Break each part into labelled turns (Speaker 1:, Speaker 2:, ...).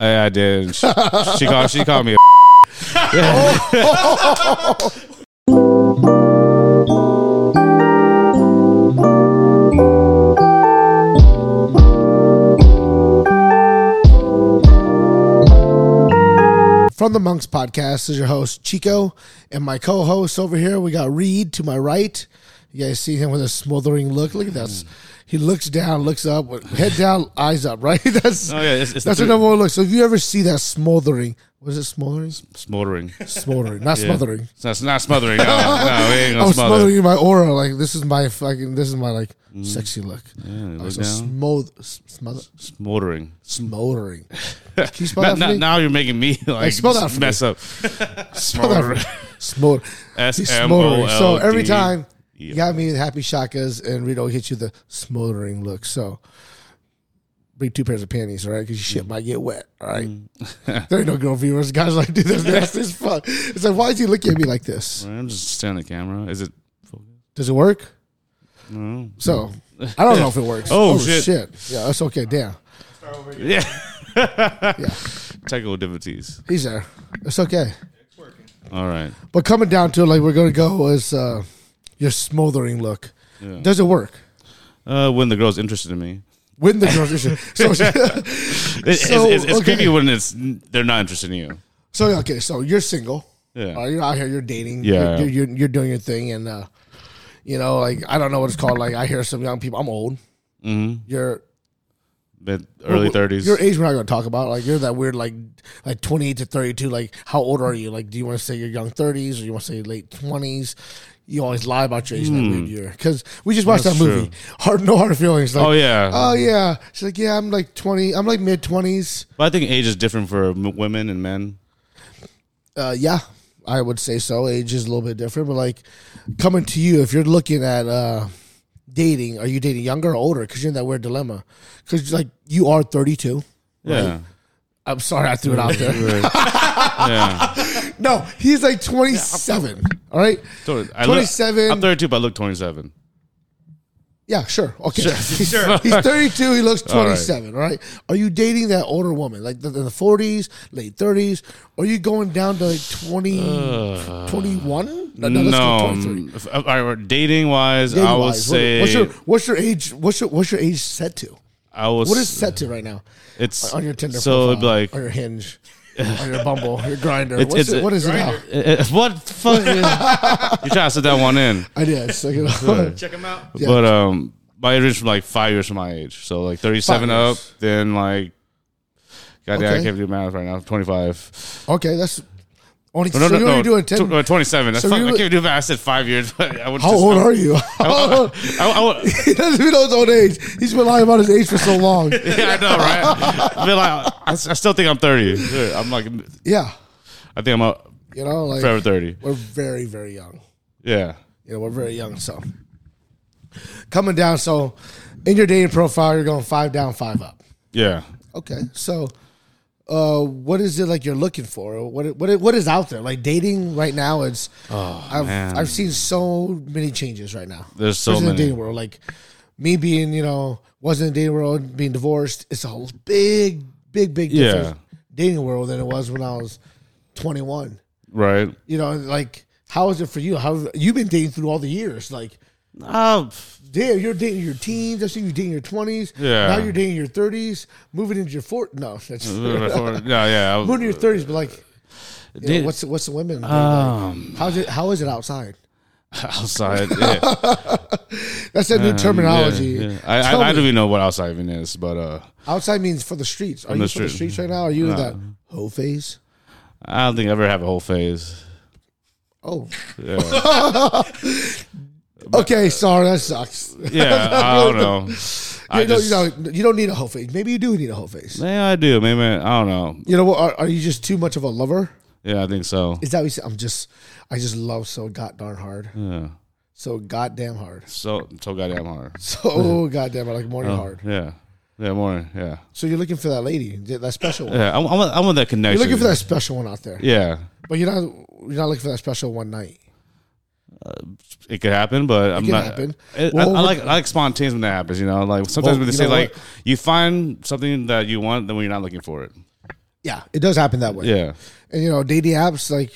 Speaker 1: Oh, I, I did. She, she called. She called me. A
Speaker 2: From the Monks Podcast is your host Chico and my co-host over here. We got Reed to my right. You guys see him with a smothering look. Look at that. He looks down, looks up, with- head down, eyes up. Right. That's
Speaker 1: Oh, yeah, it's- it's the
Speaker 2: that's the
Speaker 1: three-
Speaker 2: number one look. So if you ever see that smothering, what is it? Smothering,
Speaker 1: smothering.
Speaker 2: smothering, not smothering.
Speaker 1: It's not, it's not smothering. No, no, we ain't
Speaker 2: I
Speaker 1: gonna
Speaker 2: was
Speaker 1: smother. Mm.
Speaker 2: smothering my aura. Like this is my fucking. This is my like sexy look.
Speaker 1: Yeah,
Speaker 2: Like,
Speaker 1: look
Speaker 2: so
Speaker 1: down.
Speaker 2: smother, smother,
Speaker 1: Smothering.
Speaker 2: smothering. Can you spell
Speaker 1: Now,
Speaker 2: that for
Speaker 1: now,
Speaker 2: me?
Speaker 1: now you're making me like
Speaker 2: spell that
Speaker 1: just
Speaker 2: for
Speaker 1: mess up.
Speaker 2: Spell that for me. Smother.
Speaker 1: S
Speaker 2: He's
Speaker 1: M O
Speaker 2: smoldering.
Speaker 1: L.
Speaker 2: So every time you
Speaker 1: Yeah.
Speaker 2: got me the happy shakas and Rito hit you the smoldering look. So bring two pairs of panties, all right? Because
Speaker 1: Mm.
Speaker 2: your shit might get wet, all right? there ain't no girl viewers. Guys like, dude, that's nasty as fuck. It's like, why is he looking at me like this?
Speaker 1: I'm just staring at the camera. Is it?
Speaker 2: Does it work?
Speaker 1: No.
Speaker 2: So I don't know if it works.
Speaker 1: Mm. Oh, shit.
Speaker 2: Yeah, that's okay. Damn.
Speaker 1: Yeah.
Speaker 2: Yeah,
Speaker 1: Technical difficulties.
Speaker 2: he's there. It's okay.
Speaker 1: All right.
Speaker 2: But coming down to it, like, we're going to go is uh, your smoldering look. Does it work?
Speaker 1: Uh, when the girl's interested in me,
Speaker 2: When the girl's issue. So,
Speaker 1: It- it's,
Speaker 2: So,
Speaker 1: it's, it's
Speaker 2: okay.
Speaker 1: creepy when it's they're not interested in you.
Speaker 2: So okay, so you're single.
Speaker 1: Yeah.
Speaker 2: Uh, you're out here. You're dating.
Speaker 1: Yeah.
Speaker 2: You're, you're, you're doing your thing, and uh, you know, like I don't know what it's called. Like I hear some young people. I'm old.
Speaker 1: Mm-hmm.
Speaker 2: You're
Speaker 1: Mid early thirties.
Speaker 2: Your age, we're not going to talk about. Like you're that weird, like like 28 to 32. Like how old are you? Like do you want to say you're young 30s or you want to say late 20s? You always lie about your age in that weird year because we just
Speaker 1: Mm.
Speaker 2: watched
Speaker 1: That's
Speaker 2: that movie.
Speaker 1: true.
Speaker 2: Hard no hard feelings. Like,
Speaker 1: Oh yeah.
Speaker 2: Oh yeah. She's like, yeah, I'm like 20. I'm like mid 20s.
Speaker 1: But I think age is different for m- women and men.
Speaker 2: uh, yeah, I would say so. Age is a little bit different, but like coming to you, if you're looking at uh, dating, are you dating younger or older? Because you're in that weird dilemma. Because like you are 32.
Speaker 1: Yeah.
Speaker 2: I'm sorry, I threw it out there.
Speaker 1: yeah.
Speaker 2: No, he's like 27. All right.
Speaker 1: So I look-
Speaker 2: 27.
Speaker 1: I'm 32, but I look 27.
Speaker 2: Yeah, sure. Okay. He's,
Speaker 1: sure.
Speaker 2: he's 32. He looks
Speaker 1: right.
Speaker 2: 27. All right. Are you dating that older woman, like the, the 40s, late 30s? Or are you going down to like 20, 21? Uh, No, no, let's go
Speaker 1: Uh, no, um,
Speaker 2: 23.
Speaker 1: if- all right, dating wise, I would
Speaker 2: dating-wise, what-
Speaker 1: say
Speaker 2: what's your what's your age? What's your what's your age set to?
Speaker 1: I was.
Speaker 2: What is set to right now
Speaker 1: it's
Speaker 2: on your Tinder?
Speaker 1: So it'd be
Speaker 2: profile,
Speaker 1: like
Speaker 2: on your Hinge, on your Bumble, your Grinder.
Speaker 1: It's-
Speaker 2: What's
Speaker 1: it's
Speaker 2: it,
Speaker 1: a-
Speaker 2: what is it now?
Speaker 1: Eh, eh, what the fuck? is- you trying to set that one in,
Speaker 2: I did. It's like, you know,
Speaker 3: Check him out.
Speaker 1: but um, my age is from like five years from my age, so like 37
Speaker 2: Five
Speaker 1: up,
Speaker 2: years.
Speaker 1: then like. Goddamn,
Speaker 2: Okay.
Speaker 1: I can't do math right now. 25.
Speaker 2: okay, that's only.
Speaker 1: No, no,
Speaker 2: so
Speaker 1: no.
Speaker 2: you're only doing ten.
Speaker 1: tw- no, 27. That's
Speaker 2: So
Speaker 1: fuck,
Speaker 2: you
Speaker 1: I
Speaker 2: were-
Speaker 1: can't do math. I said five years. But I would
Speaker 2: how
Speaker 1: just,
Speaker 2: old are you?
Speaker 1: I, I, would-
Speaker 2: he doesn't even know his own age. He's been lying about his age for so long.
Speaker 1: yeah, I know, right? I, mean, like, I, I still think I'm 30. Dude, I'm like,
Speaker 2: Yeah,
Speaker 1: I think I'm a
Speaker 2: you know, like
Speaker 1: forever 30.
Speaker 2: we're very very young.
Speaker 1: Yeah.
Speaker 2: You know, we're very young, so coming down. So in your dating profile, you're going five down, five up.
Speaker 1: Yeah.
Speaker 2: Okay, so uh, what is it like you're looking for? What what what is out there? Like dating right now is I've
Speaker 1: Oh, man.
Speaker 2: I've seen so many changes right now.
Speaker 1: There's so
Speaker 2: Especially in the
Speaker 1: many.
Speaker 2: dating world. Like me being you know wasn't in the dating world, being divorced. It's a whole big big big
Speaker 1: Yeah.
Speaker 2: difference dating world than it was when I was 21.
Speaker 1: Right.
Speaker 2: You know, like how is it for you? How you've been dating through all the years? Like
Speaker 1: Oh,
Speaker 2: Damn, you're dating your teens. I see you dating your twenties.
Speaker 1: Yeah.
Speaker 2: Now you're dating your thirties, moving into your fort. No, that's moving
Speaker 1: no, yeah. I was-
Speaker 2: into your thirties. But like, you know,
Speaker 1: Dude.
Speaker 2: what's what's the women? thing
Speaker 1: Um,
Speaker 2: like? How's it? How is it outside?
Speaker 1: outside. Yeah.
Speaker 2: That's that new terminology.
Speaker 1: Uh, Yeah, yeah. I,
Speaker 2: Tell
Speaker 1: I, I
Speaker 2: me,
Speaker 1: don't even know what outside even is, but uh,
Speaker 2: outside means for the streets. Are you
Speaker 1: the
Speaker 2: for the
Speaker 1: street.
Speaker 2: streets right now? Are you in that hoe phase?
Speaker 1: I don't think I ever have a whole phase.
Speaker 2: Oh,
Speaker 1: Yeah.
Speaker 2: okay. Sorry, that sucks.
Speaker 1: yeah I don't know. I
Speaker 2: you, don't,
Speaker 1: just,
Speaker 2: you, know, you don't need a hoe phase. Maybe you do need a hoe phase.
Speaker 1: maybe I do. Maybe I don't know.
Speaker 2: You know what? Are, are you just too much of a lover?
Speaker 1: Yeah, I think so.
Speaker 2: Is that what you say? I'm just, I just love so god darn hard. So goddamn hard.
Speaker 1: So so goddamn hard.
Speaker 2: So goddamn, I like morning hard.
Speaker 1: Yeah. Yeah, more. Yeah.
Speaker 2: So you're looking for that lady, th- that special one.
Speaker 1: Yeah. I, I, want, I want that connection.
Speaker 2: You're looking for that special one out there,
Speaker 1: Yeah.
Speaker 2: but you're not you're not looking for that special one night.
Speaker 1: it could happen, but I'm
Speaker 2: can
Speaker 1: not.
Speaker 2: happen.
Speaker 1: It, I, I
Speaker 2: Well, we're-
Speaker 1: like I like spontaneous when that happens. You know, like sometimes
Speaker 2: Well,
Speaker 1: when they
Speaker 2: you
Speaker 1: say
Speaker 2: know
Speaker 1: like
Speaker 2: what?
Speaker 1: you find something that you want, then when you're not looking for it.
Speaker 2: Yeah, it does happen that way.
Speaker 1: Yeah,
Speaker 2: And you know, dating apps like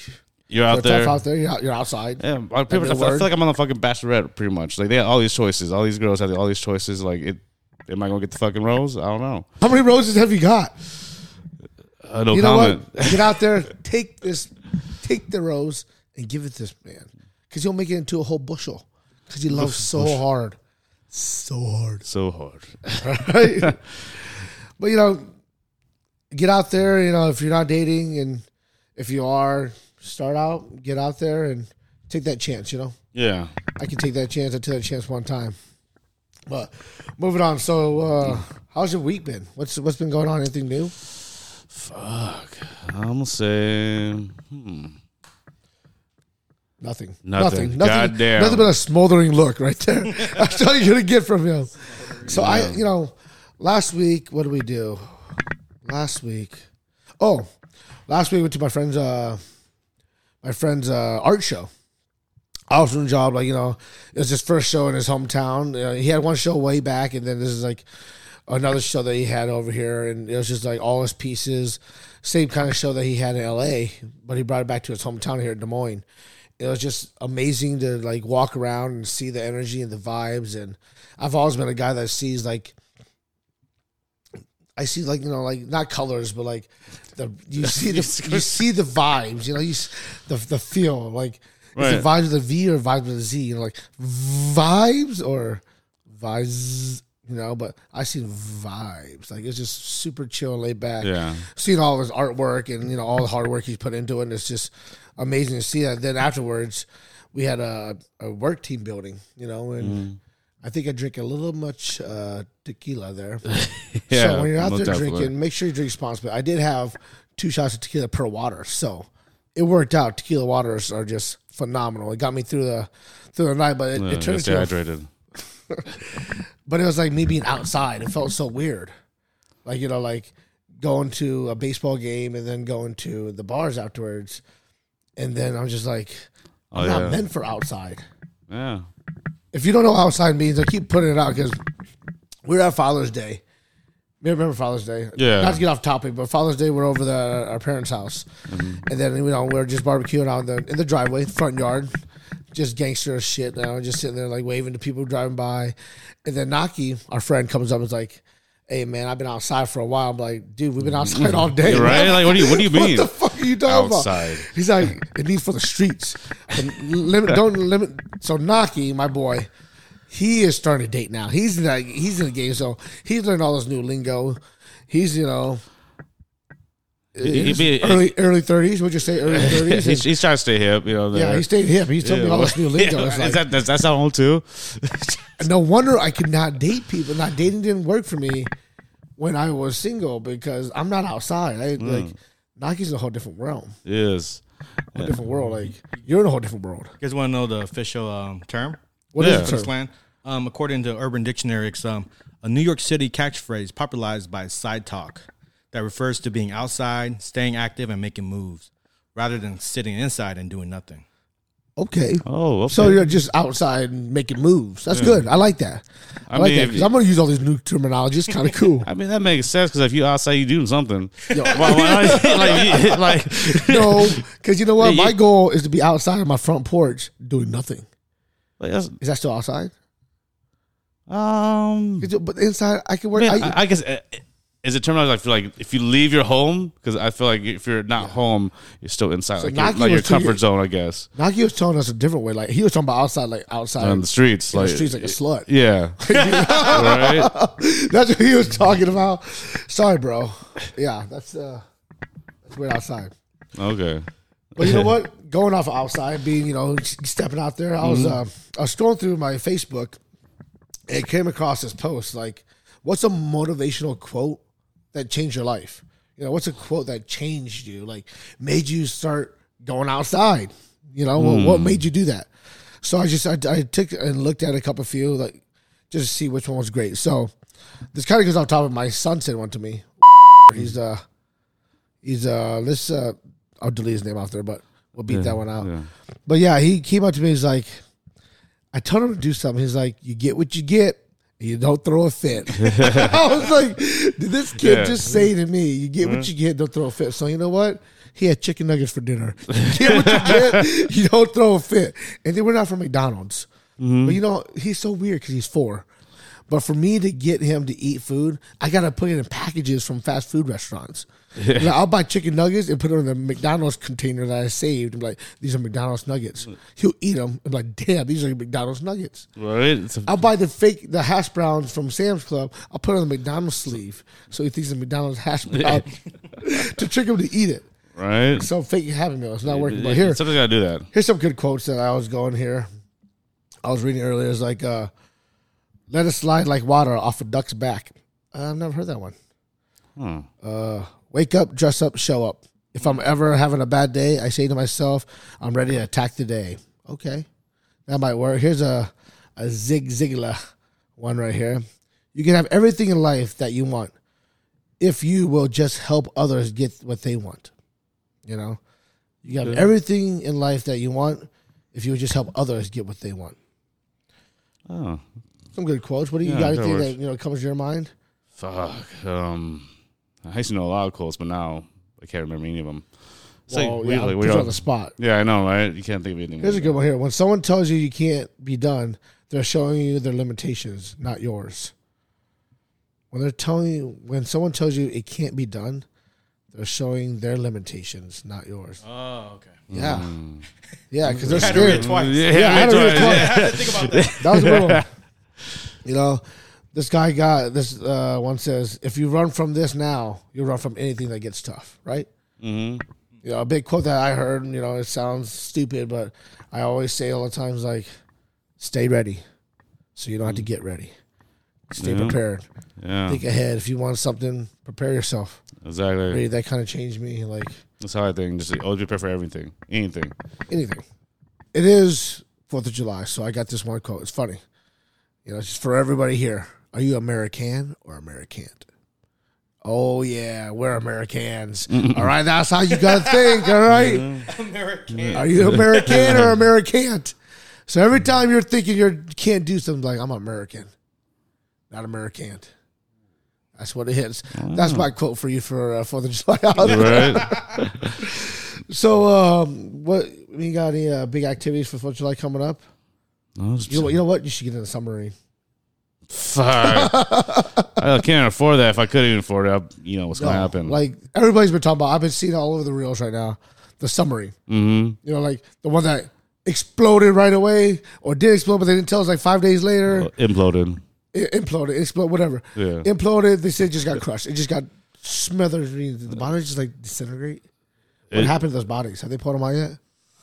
Speaker 1: you're
Speaker 2: they're
Speaker 1: out there.
Speaker 2: tough out there. You're, out, you're outside.
Speaker 1: Yeah, I, pretty much- I
Speaker 2: the
Speaker 1: feel- I
Speaker 2: word.
Speaker 1: feel like I'm on the fucking bachelorette, pretty much. Like they had all these choices. All these girls had all these choices. Like, it, am I gonna get the fucking rose? I don't know.
Speaker 2: How many roses have you got?
Speaker 1: Uh, no
Speaker 2: You know
Speaker 1: comment.
Speaker 2: what? Get out there, take this, take the rose, and give it this man because you'll make it into a whole bushel because you love so hard, so hard.
Speaker 1: So hard.
Speaker 2: right? but you know, get out there. You know, if you're not dating, and if you are, start out, get out there and take that chance. You know,
Speaker 1: Yeah.
Speaker 2: I can take that chance. I took that chance one time. But moving on. So, uh, how's your week been? What's what's been going on? Anything new?
Speaker 1: Fuck. I'm gonna say. Hmm.
Speaker 2: Nothing.
Speaker 1: Nothing.
Speaker 2: Nothing.
Speaker 1: Goddamn.
Speaker 2: Nothing but a smoldering look right there. That's all you're gonna get from him. So I, you know, last week, what did we do? Last week, oh, last week we went to my friend's, uh, my friend's uh, art show. Awesome job, like you know, it was his first show in his hometown. You know, he had one show way back, and then this is like another show that he had over here, and it was just like all his pieces, same kind of show that he had in L.A., but he brought it back to his hometown here in Des Moines. It was just amazing to like walk around and see the energy and the vibes. And I've always been a guy that sees like I see like you know like not colors but like the you see the you see the vibes you know you s- the the feel like is
Speaker 1: Right.
Speaker 2: it vibes with a V or vibes with a Z you know like vibes or vibes you know but I see vibes like it's just super chill and laid back
Speaker 1: Yeah.
Speaker 2: seeing all of his artwork and you know all the hard work he's put into it and it's just amazing to see that then afterwards we had a, a work team building you know
Speaker 1: Mm.
Speaker 2: and i think i drink a little much uh, tequila there
Speaker 1: Yeah,
Speaker 2: so when you're out
Speaker 1: most
Speaker 2: there
Speaker 1: definitely.
Speaker 2: drinking make sure you drink responsibly i did have two shots of tequila per water so it worked out tequila waters are just phenomenal it got me through the through the night but it,
Speaker 1: Yeah,
Speaker 2: it turned
Speaker 1: Uh, stay
Speaker 2: into a
Speaker 1: hydrated.
Speaker 2: but it was like me being outside. It felt so weird. Like, you know, like going to a baseball game and then going to the bars afterwards. And then I'm just like,
Speaker 1: Oh,
Speaker 2: I'm
Speaker 1: yeah.
Speaker 2: not meant for outside.
Speaker 1: Yeah.
Speaker 2: If you don't know what outside means, I keep putting it out because we're at Father's Day. You remember Father's Day?
Speaker 1: Yeah.
Speaker 2: Not to get off topic, but Father's Day, we're over the our parents' house,
Speaker 1: Mm-hmm.
Speaker 2: and then you know we're just barbecuing out in the in the driveway, front yard, just gangster as shit. Now just sitting there like waving to people driving by, and then Naki, our friend, comes up and is like, "Hey man, I've been outside for a while." I'm like, "Dude, we've been outside all day,
Speaker 1: Mm-hmm. Right?
Speaker 2: man.
Speaker 1: Like, what do you what do you
Speaker 2: What
Speaker 1: mean?
Speaker 2: the fuck are you talking
Speaker 1: Outside.
Speaker 2: about? He's like, it needs for the streets. And limit, don't limit. So Naki, my boy, he is starting to date now. He's in the, he's in the game, so he's learned all this new lingo. He's you know
Speaker 1: He- he be-
Speaker 2: early early thirties. Would you say early
Speaker 1: he's,
Speaker 2: thirties?
Speaker 1: he's trying to stay hip, you know.
Speaker 2: Yeah, he stayed hip. He's telling me all this new lingo. It's
Speaker 1: is
Speaker 2: like,
Speaker 1: that, does that sound old too?
Speaker 2: no wonder I could not date people. Not dating didn't work for me when I was single because I'm not outside. I
Speaker 1: Mm.
Speaker 2: like Naki's in a whole different realm,
Speaker 1: yes.
Speaker 2: a different world. Like you're in a whole different world.
Speaker 3: You guys want to know the official um, term?
Speaker 2: What is
Speaker 1: Yeah.
Speaker 2: it?
Speaker 3: for slang? Um, according to Urban Dictionary, it's um, a New York City catchphrase popularized by side talk that refers to being outside, staying active, and making moves rather than sitting inside and doing nothing.
Speaker 2: Okay.
Speaker 1: Oh, okay.
Speaker 2: So you're just outside and making moves. That's good. I like that. I, like
Speaker 1: mean,
Speaker 2: that
Speaker 1: if-
Speaker 2: because I'm going to use all these new terminology. It's kind of cool.
Speaker 1: I mean that makes sense because if you outside, you doing something. Why- why not- like, you- like,
Speaker 2: no, because you know what?
Speaker 1: Yeah,
Speaker 2: My
Speaker 1: you-
Speaker 2: goal is to be outside on my front porch doing nothing.
Speaker 1: like, that's-
Speaker 2: Is that still outside?
Speaker 1: um,
Speaker 2: 'Cause you- But inside, I can work.
Speaker 1: Man,
Speaker 2: I,
Speaker 1: I, I guess uh, is it terminology? I feel like if you leave your home, because I feel like if you're not home, you're still inside, like, your,
Speaker 2: Nike
Speaker 1: like your
Speaker 2: was too-
Speaker 1: comfort zone, I guess,
Speaker 2: Naki was telling us a different way. Like he was talking about outside, like outside
Speaker 1: on the streets,
Speaker 2: the
Speaker 1: like
Speaker 2: streets, like a slut.
Speaker 1: yeah, right.
Speaker 2: That's what he was talking about. Sorry, bro. Yeah, that's uh, that's weird outside.
Speaker 1: Okay,
Speaker 2: But you know what? Going off outside, being you know stepping out there, I was uh, I was scrolling through my Facebook and came across this post like, "What's a motivational quote that changed your life? You know, what's a quote that changed you? Like, made you start going outside? You know, what, what made you do that?" So I just I, I took and looked at a couple few like just to see which one was great. So this kind of goes off topic. My son sent one to me. He's uh he's uh let's uh I'll delete his name off there, but we'll beat that one out.
Speaker 1: yeah.
Speaker 2: But yeah, he came up to me, he's like I told him to do something. He's like, You get what you get You don't throw a fit. I was like, did this kid
Speaker 1: Yeah.
Speaker 2: just say to me, you get what you get, don't throw a fit. So you know what? He had chicken nuggets for dinner. You get what you get, you don't throw a fit. And then we're not from McDonald's.
Speaker 1: Mm-hmm.
Speaker 2: But you know, he's so weird because he's four. But for me to get him to eat food, I gotta put it in packages from fast food restaurants. Like, I'll buy chicken nuggets and put them in the McDonald's container that I saved. I'm like, these are McDonald's nuggets. He'll eat them. I'm like, damn, these are McDonald's nuggets.
Speaker 1: Right? It's a,
Speaker 2: I'll buy the fake the hash browns from Sam's Club. I'll put it on the McDonald's sleeve so he thinks it's a McDonald's hash brown to trick him to eat it.
Speaker 1: right?
Speaker 2: So fake Happy Meal. It's not working. But here,
Speaker 1: Somebody's got to do that.
Speaker 2: here's some good quotes that I was going here. I was reading earlier. It's like, uh, "Let it slide like water off a duck's back." I've never heard that one.
Speaker 1: Huh.
Speaker 2: Uh, wake up, dress up, show up. If I'm ever having a bad day, I say to myself, I'm ready to attack the day. Okay. That might work. Here's a, a Zig Ziglar one right here. You can have everything in life that you want if you will just help others get what they want. You know, you have everything in life that you want if you would just help others get what they want.
Speaker 1: Oh,
Speaker 2: Some good quotes. What do you
Speaker 1: Yeah,
Speaker 2: got?
Speaker 1: that
Speaker 2: Anything
Speaker 1: works.
Speaker 2: that you know comes to your mind?
Speaker 1: fuck. Um, I used to know a lot of quotes, but now I can't remember any of them. It's like,
Speaker 2: Well,
Speaker 1: we-
Speaker 2: yeah,
Speaker 1: like,
Speaker 2: put
Speaker 1: we
Speaker 2: you
Speaker 1: all-
Speaker 2: on the spot.
Speaker 1: yeah, I know, right? You can't think of anything.
Speaker 2: Here's a
Speaker 1: right
Speaker 2: good one here. When someone tells you you can't be done, they're showing you their limitations, not yours. When they're telling you, when someone tells you it can't be done, they're showing their limitations, not yours.
Speaker 3: Oh, okay.
Speaker 2: Yeah, yeah, because they're
Speaker 3: I had to read it
Speaker 2: scared.
Speaker 1: now.
Speaker 3: twice.
Speaker 1: Yeah,
Speaker 2: Yeah, I
Speaker 1: that's
Speaker 2: don't
Speaker 1: right.
Speaker 2: really
Speaker 3: I had to think about that.
Speaker 2: That was a good one. You know, this guy got this uh, one says, "If you run from this now, you'll run from anything that gets tough." Right? Mm-hmm. You know, a big quote that I heard. You know, it sounds stupid, but I always say all the times like, "Stay ready, so you don't have to get ready. Stay
Speaker 1: Yeah.
Speaker 2: prepared.
Speaker 1: Yeah,
Speaker 2: Think ahead. If you want something, prepare yourself."
Speaker 1: exactly.
Speaker 2: Really, that kind of changed me. Like
Speaker 1: That's how I think. Just like, always prepare for everything, anything.
Speaker 2: anything. It is Fourth of July, so I got this one quote. It's funny. You know, it's just for everybody here. Are you American or American? Oh yeah, we're Americans. All right, that's how you gotta think. All right,
Speaker 3: American.
Speaker 2: are you American or American? So every time you're thinking you can't do something, like I'm American, not American. That's what it hits. That's my quote for you for uh, Fourth of July.
Speaker 1: Right?
Speaker 2: So, um, what we got any uh, big activities for Fourth of July coming up?
Speaker 1: No, it's-
Speaker 2: You know, what- you know what? You should get in a submarine.
Speaker 1: Fuck. I can't afford that. If I could even afford it, I- you know what's gonna
Speaker 2: No,
Speaker 1: happen.
Speaker 2: Like everybody's been talking about. I've been seeing it all over the reels right now. The submarine.
Speaker 1: mm-hmm.
Speaker 2: You know, like the one that exploded right away or did explode, but they didn't tell us like five days later.
Speaker 1: imploded.
Speaker 2: It imploded, exploded, whatever.
Speaker 1: Yeah.
Speaker 2: Imploded. They said it just got crushed. It just got smothered. The bodies just like disintegrate. What
Speaker 1: It-
Speaker 2: happened to those bodies? Have they pulled them out yet?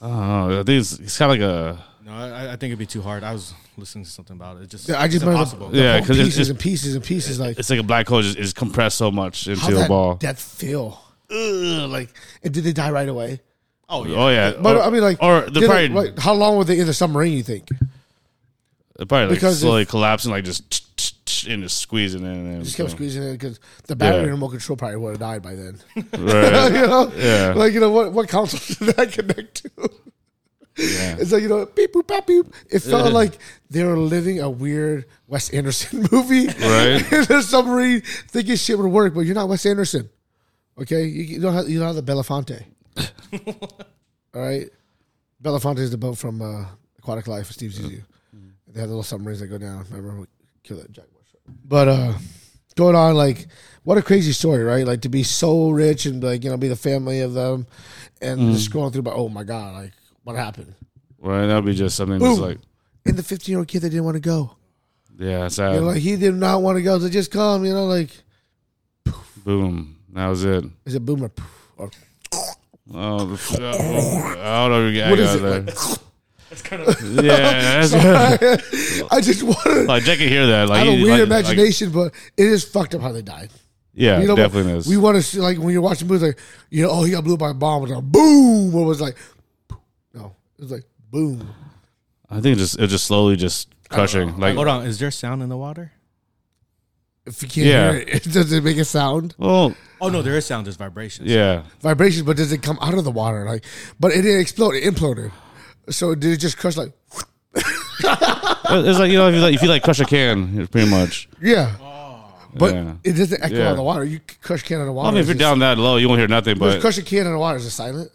Speaker 1: I don't know. I think it's, it's kind of like a
Speaker 3: No, I, I think it'd be too hard. I was listening to something about it. It's just,
Speaker 2: Yeah, I just
Speaker 3: it's
Speaker 2: remember
Speaker 3: impossible.
Speaker 2: the- the
Speaker 1: Yeah,
Speaker 2: whole
Speaker 1: 'cause it's
Speaker 2: pieces
Speaker 1: just-
Speaker 2: and pieces and pieces. Like
Speaker 1: it's like a black hole just is compressed so much into
Speaker 2: how
Speaker 1: a
Speaker 2: that
Speaker 1: ball.
Speaker 2: that feel? Ugh, like, and did they die right away?
Speaker 3: Oh, yeah.
Speaker 1: Oh yeah,
Speaker 2: But
Speaker 1: or,
Speaker 2: I mean, like,
Speaker 1: or
Speaker 2: did
Speaker 1: the
Speaker 2: it-
Speaker 1: probably
Speaker 2: like, how long were they in the submarine? You think?
Speaker 1: probably like
Speaker 2: because
Speaker 1: slowly collapsing, like just tch, tch, tch, and just squeezing in. And
Speaker 2: Just
Speaker 1: so-
Speaker 2: kept squeezing it because the battery
Speaker 1: Yeah.
Speaker 2: remote control probably would have died by then.
Speaker 1: Right.
Speaker 2: you know,
Speaker 1: Yeah.
Speaker 2: like you know what what console did that connect to?
Speaker 1: Yeah.
Speaker 2: It's like you know, beep boop, bop, boop. It felt like they were living a weird Wes Anderson movie,
Speaker 1: Right.
Speaker 2: in a submarine, thinking shit would work, but you're not Wes Anderson. Okay, you, you don't have you don't have the Belafonte. All right, Belafonte is the boat from uh, Aquatic Life with Steve Zissou. They had the little submarines that go down. Remember, we killed that jaguar shark. But uh, going on, like, what a crazy story, right? Like to be so rich and like you know be the family of them, and
Speaker 1: Mm.
Speaker 2: just scrolling through, but oh my god, like what happened?
Speaker 1: Right. That'd be just something that's
Speaker 2: Boom.
Speaker 1: like
Speaker 2: And the 15 year old kid that didn't want to go.
Speaker 1: yeah, it's
Speaker 2: You
Speaker 1: that
Speaker 2: know, like he did not want to go. So just come, you know, like
Speaker 1: boom. That was it.
Speaker 2: is it boomer poof, or
Speaker 1: Oh, the f- oh, I don't know. Yeah,
Speaker 2: What
Speaker 1: I
Speaker 2: is
Speaker 1: got
Speaker 2: it?
Speaker 1: that.
Speaker 3: It's kind of
Speaker 1: Yeah, that's,
Speaker 2: I just wanted.
Speaker 1: like Jack can hear that. Like
Speaker 2: I have a
Speaker 1: he-
Speaker 2: weird
Speaker 1: like- like-
Speaker 2: imagination, but it is fucked up how they died.
Speaker 1: yeah,
Speaker 2: You know, but
Speaker 1: definitely is.
Speaker 2: we want to see like when you're watching movies, like you know, oh, he got blew by a bomb, and like, boom, or it was like, no, it was like boom.
Speaker 1: I think it just it just slowly just crushing. Like
Speaker 3: Hold on. Is there sound in the water?
Speaker 2: If you can't
Speaker 1: Yeah.
Speaker 2: hear it, it doesn't make a sound,
Speaker 1: well,
Speaker 3: Oh, no, there is sound. There's vibrations.
Speaker 1: yeah.
Speaker 2: vibrations, but does it come out of the water? Like, but it didn't explode; it imploded. So did it just crush like?
Speaker 1: It's like you know if you like if you like crush a can, pretty much.
Speaker 2: Yeah. But
Speaker 1: Yeah.
Speaker 2: it doesn't echo
Speaker 1: Yeah.
Speaker 2: on the water. You c- crush a can on the water.
Speaker 1: I mean, if
Speaker 2: it's
Speaker 1: you're
Speaker 2: just-
Speaker 1: down that low, you won't hear nothing.
Speaker 2: Let's
Speaker 1: But
Speaker 2: crush a can on the water. Is it silent?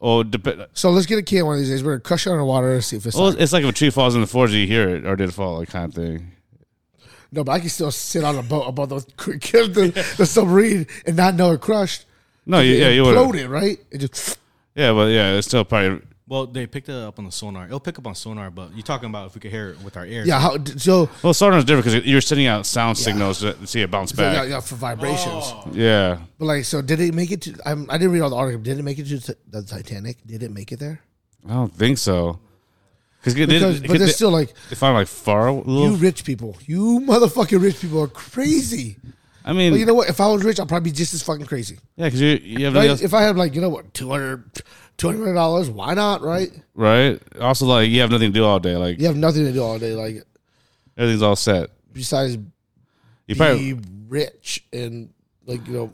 Speaker 1: oh, dep-
Speaker 2: So let's get a can one of these days. We're gonna crush it on the water and see if it's.
Speaker 1: well,
Speaker 2: silent.
Speaker 1: it's like if a tree falls in the forest, you hear it or did it fall, like kind of thing.
Speaker 2: No, but I can still sit on a boat above the, the, the submarine and not know it crushed.
Speaker 1: No, you, yeah, you would.
Speaker 2: Imploded, right? It just
Speaker 1: Yeah, but yeah, it's still probably.
Speaker 3: Well, they picked it up on the sonar. It'll pick up on sonar, but you're talking about if we could hear it with our ears.
Speaker 2: yeah. How so?
Speaker 1: Well, sonar's different because you're sending out sound signals to see it bounce
Speaker 2: Yeah,
Speaker 1: back.
Speaker 2: yeah, for vibrations.
Speaker 1: Oh. Yeah.
Speaker 2: But like, so did it make it to? I'm, I didn't read all the article. Did it make it to t- the Titanic? Did it make it there?
Speaker 1: I don't think so. Cause they,
Speaker 2: Because,
Speaker 1: they,
Speaker 2: but
Speaker 1: they,
Speaker 2: they're still like
Speaker 1: they find like far. a little-
Speaker 2: you rich people. You motherfucking rich people are crazy.
Speaker 1: I mean,
Speaker 2: But you know what? If I was rich, I'd probably be just as fucking crazy.
Speaker 1: yeah, because you you have nothing
Speaker 2: Right?
Speaker 1: else-
Speaker 2: If I had like you know what, 200 dollars, why not? Right?
Speaker 1: right. Also, like you have nothing to do all day. Like
Speaker 2: You have nothing to do all day, like
Speaker 1: everything's all set.
Speaker 2: besides
Speaker 1: You
Speaker 2: be
Speaker 1: probably
Speaker 2: rich and like you know,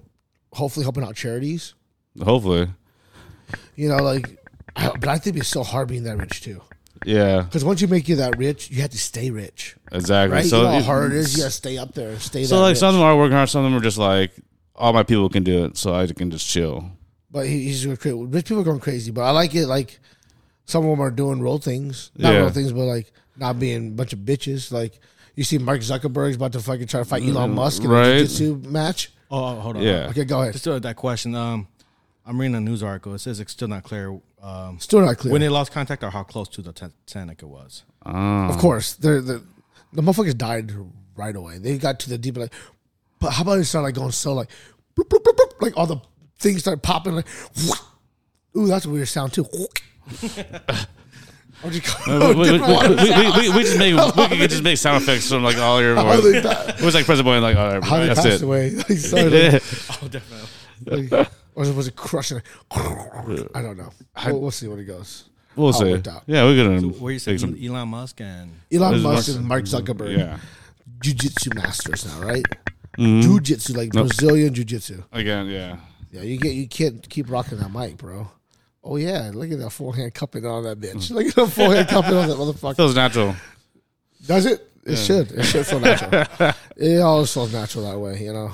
Speaker 2: hopefully helping out charities.
Speaker 1: hopefully.
Speaker 2: You know, like, I- but I think it's so hard being that rich too.
Speaker 1: Yeah,
Speaker 2: Because once you make you that rich, you have to stay rich,
Speaker 1: exactly.
Speaker 2: right?
Speaker 1: So
Speaker 2: you know how
Speaker 1: it-
Speaker 2: hard it is. You gotta stay up there, stay.
Speaker 1: So
Speaker 2: that
Speaker 1: like
Speaker 2: rich.
Speaker 1: some of them are working hard. Some of them are just like all my people can do it, so I can just chill.
Speaker 2: but he, he's gonna create. Rich people are going crazy, but I like it. Like some of them are doing real things, not
Speaker 1: Yeah.
Speaker 2: real things, but like not being a bunch of bitches. Like you see, Mark Zuckerberg's about to fucking try to fight Elon Musk in
Speaker 1: Mm, right.
Speaker 2: a jiu-jitsu match.
Speaker 3: Oh, oh, hold on.
Speaker 1: Yeah.
Speaker 2: Okay, go ahead.
Speaker 3: Just uh, that question. Um, I'm reading a news article. It says it's still not clear um,
Speaker 2: Still not clear.
Speaker 3: when they lost contact or how close to the Titanic it was.
Speaker 2: Of course, they're, they the motherfuckers died right away. They got to the deep like, but how about it started like going so like, bloop, bloop, bloop, bloop, like all the things start popping like, ooh, that's a weird sound too. I'm just going
Speaker 1: We, we, we,
Speaker 2: different
Speaker 1: we,
Speaker 2: water
Speaker 1: we, we- we just make we could just make sound effects from like all your voice.
Speaker 2: they pa-
Speaker 1: It was like President Boy, like all
Speaker 2: How
Speaker 1: right,
Speaker 2: they
Speaker 1: that's it.
Speaker 2: passed away? Like, sorry,
Speaker 1: Yeah.
Speaker 3: Oh, definitely.
Speaker 2: like, like, or was it crushing? I don't know. We'll, we'll see when it goes.
Speaker 1: We'll
Speaker 2: How it
Speaker 1: see.
Speaker 2: worked out.
Speaker 1: Yeah, we're gonna.
Speaker 3: Where you
Speaker 1: make some-
Speaker 3: saying Elon Musk and
Speaker 2: Elon
Speaker 1: There's
Speaker 2: Musk
Speaker 1: Musk-
Speaker 2: and Mark Zuckerberg,
Speaker 1: Mm-hmm. Yeah. Mm-hmm.
Speaker 2: jujitsu masters now, right? Jiu-jitsu, like Brazilian jiu-jitsu.
Speaker 1: Again, yeah.
Speaker 2: Yeah, you get you can't keep rocking that mic, bro. Oh yeah, look at that forehand cupping on that
Speaker 1: Mm.
Speaker 2: bitch. Look at the forehand cupping on that motherfucker.
Speaker 1: Feels natural.
Speaker 2: Does it? It should. It should feel natural. it always feels natural that way, you know.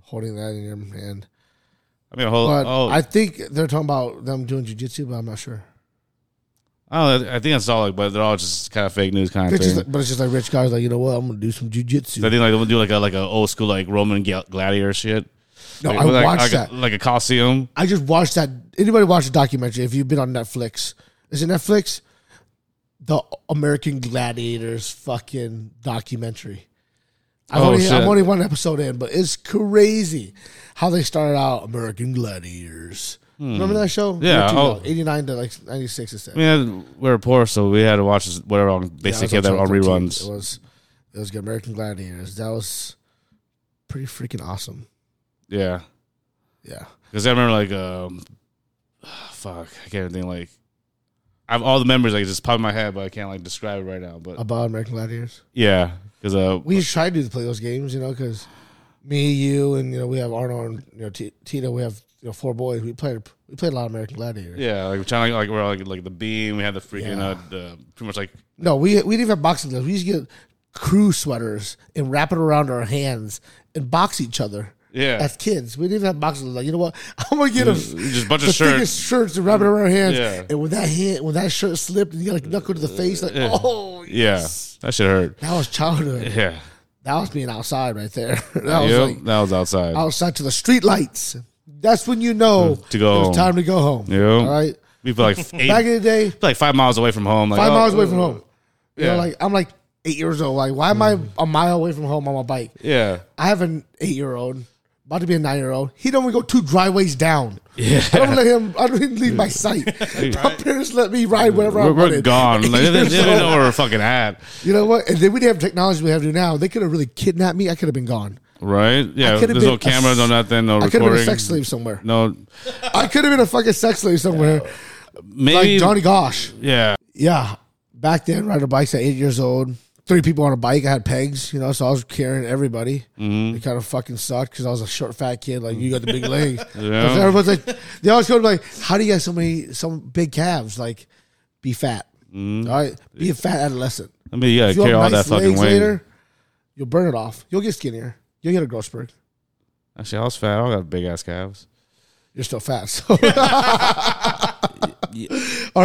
Speaker 2: Holding that in your hand.
Speaker 1: I mean, a whole.
Speaker 2: But
Speaker 1: oh,
Speaker 2: I think they're talking about them doing jujitsu, but I'm not sure.
Speaker 1: I don't know, I think that's all, like, but they're all just kind of fake news kind of
Speaker 2: It's just
Speaker 1: thing.
Speaker 2: like- but it's just like rich guys, like you know what? I'm gonna do some
Speaker 1: I
Speaker 2: jujitsu.
Speaker 1: think like they'll do like a like a old school like Roman gla- gladiator shit.
Speaker 2: No,
Speaker 1: like,
Speaker 2: I
Speaker 1: like,
Speaker 2: watched
Speaker 1: like
Speaker 2: that.
Speaker 1: A, like a Coliseum.
Speaker 2: I just watched that. Anybody watch the documentary? If you've been on Netflix, is it Netflix? The American Gladiators fucking documentary. I've
Speaker 1: Oh,
Speaker 2: only,
Speaker 1: shit.
Speaker 2: I'm only one episode in, but it's crazy how they started out American Gladiators. Remember that show?
Speaker 1: Hmm. Yeah, oh.
Speaker 2: eighty nine to like ninety six. It said.
Speaker 1: I mean, we were poor, so we had to watch this- whatever on basically
Speaker 2: Yeah,
Speaker 1: that
Speaker 2: it
Speaker 1: on
Speaker 2: was on Channel
Speaker 1: reruns.
Speaker 2: 13. It was it was American Gladiators. That was pretty freaking awesome.
Speaker 1: Yeah,
Speaker 2: Yeah.
Speaker 1: because I remember like um, fuck, I can't think like. I have all the memories like just pop in my head, but I can't like describe it right now. But
Speaker 2: About American Gladiators.
Speaker 1: yeah, because uh,
Speaker 2: we just try to play those games, you know, because me, you, and you know, we have Arnold and you know T- Tito. We have you know four boys. We played we played a lot of American Gladiator.
Speaker 1: yeah, like we're trying to like we're like like the beam. We had the freaking
Speaker 2: Yeah.
Speaker 1: uh, the, pretty much like
Speaker 2: No, we we didn't have boxing gloves. We used to get crew sweaters and wrap it around our hands and box each other.
Speaker 1: Yeah.
Speaker 2: as kids, we didn't have boxing gloves. Like you know what, I'm gonna get a
Speaker 1: just a bunch
Speaker 2: the
Speaker 1: of shirts.
Speaker 2: thickest shirts and wrap it around our hands.
Speaker 1: Yeah.
Speaker 2: And when that hand, when that shirt slipped, and you got like knuckle to the face, like oh
Speaker 1: Yeah, that shit hurt.
Speaker 2: that was childhood.
Speaker 1: Yeah,
Speaker 2: That was being outside right there. that was
Speaker 1: yep,
Speaker 2: like
Speaker 1: that was outside.
Speaker 2: outside to the street lights. That's when you know
Speaker 1: Mm, To go
Speaker 2: it's
Speaker 1: home.
Speaker 2: time to go home.
Speaker 1: Yeah.
Speaker 2: All right.
Speaker 1: We'd be like eight,
Speaker 2: Back in the day, five
Speaker 1: be like five miles away from home. Like, oh,
Speaker 2: miles away from home. You know,
Speaker 1: yeah. Mm.
Speaker 2: like I'm like eight years old. Like, why am I a mile away from home on my bike?
Speaker 1: Yeah.
Speaker 2: I have an eight year old, about to be a nine year old. He don't even go two driveways down. Yeah. I don't let him I don't even leave my sight. My parents let me ride wherever I
Speaker 1: We're, we're
Speaker 2: wanted.
Speaker 1: gone. Like, they didn't they
Speaker 2: years
Speaker 1: didn't know where we're fucking at.
Speaker 2: You know what? And then we didn't have technology we have to now. They could have really kidnapped me. I could have been gone.
Speaker 1: Right? Yeah.
Speaker 2: could've
Speaker 1: There's
Speaker 2: been
Speaker 1: no
Speaker 2: a
Speaker 1: cameras, no
Speaker 2: s-
Speaker 1: nothing, no
Speaker 2: I could have been a
Speaker 1: recording.
Speaker 2: sex slave somewhere.
Speaker 1: No.
Speaker 2: I could have been a fucking sex slave somewhere. Like
Speaker 1: Maybe.
Speaker 2: Johnny Gosh.
Speaker 1: yeah.
Speaker 2: yeah, back then, riding bikes at eight years old, three people on a bike. I had pegs, you know, so I was carrying everybody.
Speaker 1: Mm-hmm.
Speaker 2: It kind of fucking sucked because I was a short, fat kid. Like you got the big legs.
Speaker 1: Yeah.
Speaker 2: So Everyone's like, they always go to me like, how do you have so many, some big calves? Like, be fat. All right, be a fat adolescent.
Speaker 1: I mean, you gotta
Speaker 2: If you
Speaker 1: Mm-hmm. carry
Speaker 2: have
Speaker 1: all
Speaker 2: nice
Speaker 1: that fucking
Speaker 2: legs
Speaker 1: weight.
Speaker 2: later, you'll burn it off. You'll get skinnier. You'll get a growth spurt.
Speaker 1: Actually, I was fat. I got big ass calves.
Speaker 2: You're still fat. So. All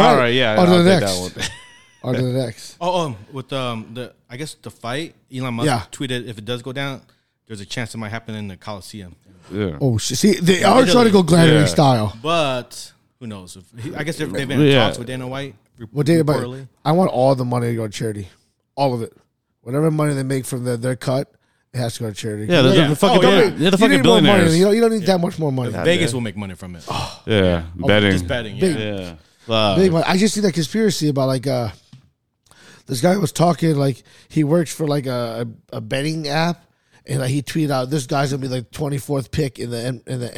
Speaker 1: All right, yeah.
Speaker 2: On to
Speaker 1: I'll
Speaker 2: Oh, the
Speaker 1: take
Speaker 2: next.
Speaker 1: that one.
Speaker 2: On to the next.
Speaker 3: Oh, um, with um the I guess the fight, Elon Musk
Speaker 2: Yeah.
Speaker 3: tweeted if it does go down, there's a chance it might happen in the Coliseum.
Speaker 1: Yeah.
Speaker 2: Oh shit! See, they are trying to go gladiator
Speaker 1: Yeah.
Speaker 2: style.
Speaker 3: But who knows? If, I guess if they've been in
Speaker 1: Yeah.
Speaker 3: talks with Dana White.
Speaker 2: Well, Dana White, I want all the money to go to charity, all of it. Whatever money they make from their, their cut, it has to go to charity. Oh,
Speaker 1: Yeah, they're, they're the fucking,
Speaker 3: yeah.
Speaker 1: billion- they're the
Speaker 2: you
Speaker 1: fucking
Speaker 2: need more money.
Speaker 1: billionaires.
Speaker 2: You don't, you don't need that much more money.
Speaker 3: Vegas will make money from it.
Speaker 2: Oh,
Speaker 1: yeah, betting.
Speaker 3: Just betting. Yeah.
Speaker 2: Big-
Speaker 1: Yeah. Uh,
Speaker 2: Big money. I just see that conspiracy about like uh, this guy was talking like he works for like a, a, a betting app, and like he tweeted out this guy's gonna be like twenty fourth pick in the N- in the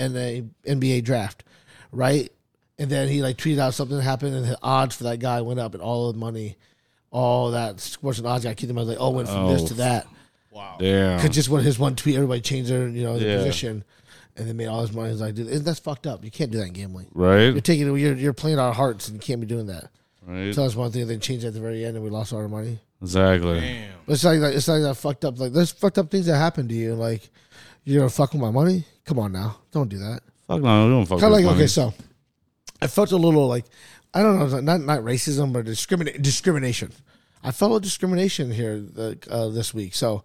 Speaker 2: NA, NBA draft, right? And then he like tweeted out something that happened, and the odds for that guy went up, and all the money, all that sports and odds guy keep them. I was like, oh, went from this
Speaker 1: Oh.
Speaker 2: to that.
Speaker 3: Wow.
Speaker 1: damn.
Speaker 2: Cause just with his one tweet, everybody changed their you know their
Speaker 1: Yeah.
Speaker 2: position, and they made all this money. It's like, dude, isn't- that's fucked up. You can't do that in gambling. You're
Speaker 1: right?
Speaker 2: taking you're you're playing our hearts, and you can't be doing that.
Speaker 1: Right.
Speaker 2: Tell us one thing, then change at the very end, and we lost all our money.
Speaker 1: Exactly.
Speaker 3: Damn.
Speaker 2: But it's like, like it's like that fucked up. Like there's fucked up things that happen to you. Like you're gonna fuck with my money. Come on now, don't do that.
Speaker 1: Fuck no, we don't fuck
Speaker 2: Kind of
Speaker 1: with
Speaker 2: like
Speaker 1: money.
Speaker 2: okay, so I felt a little like I don't know, not not racism, but discriminate discrimination. I felt a discrimination here the, uh, this week. So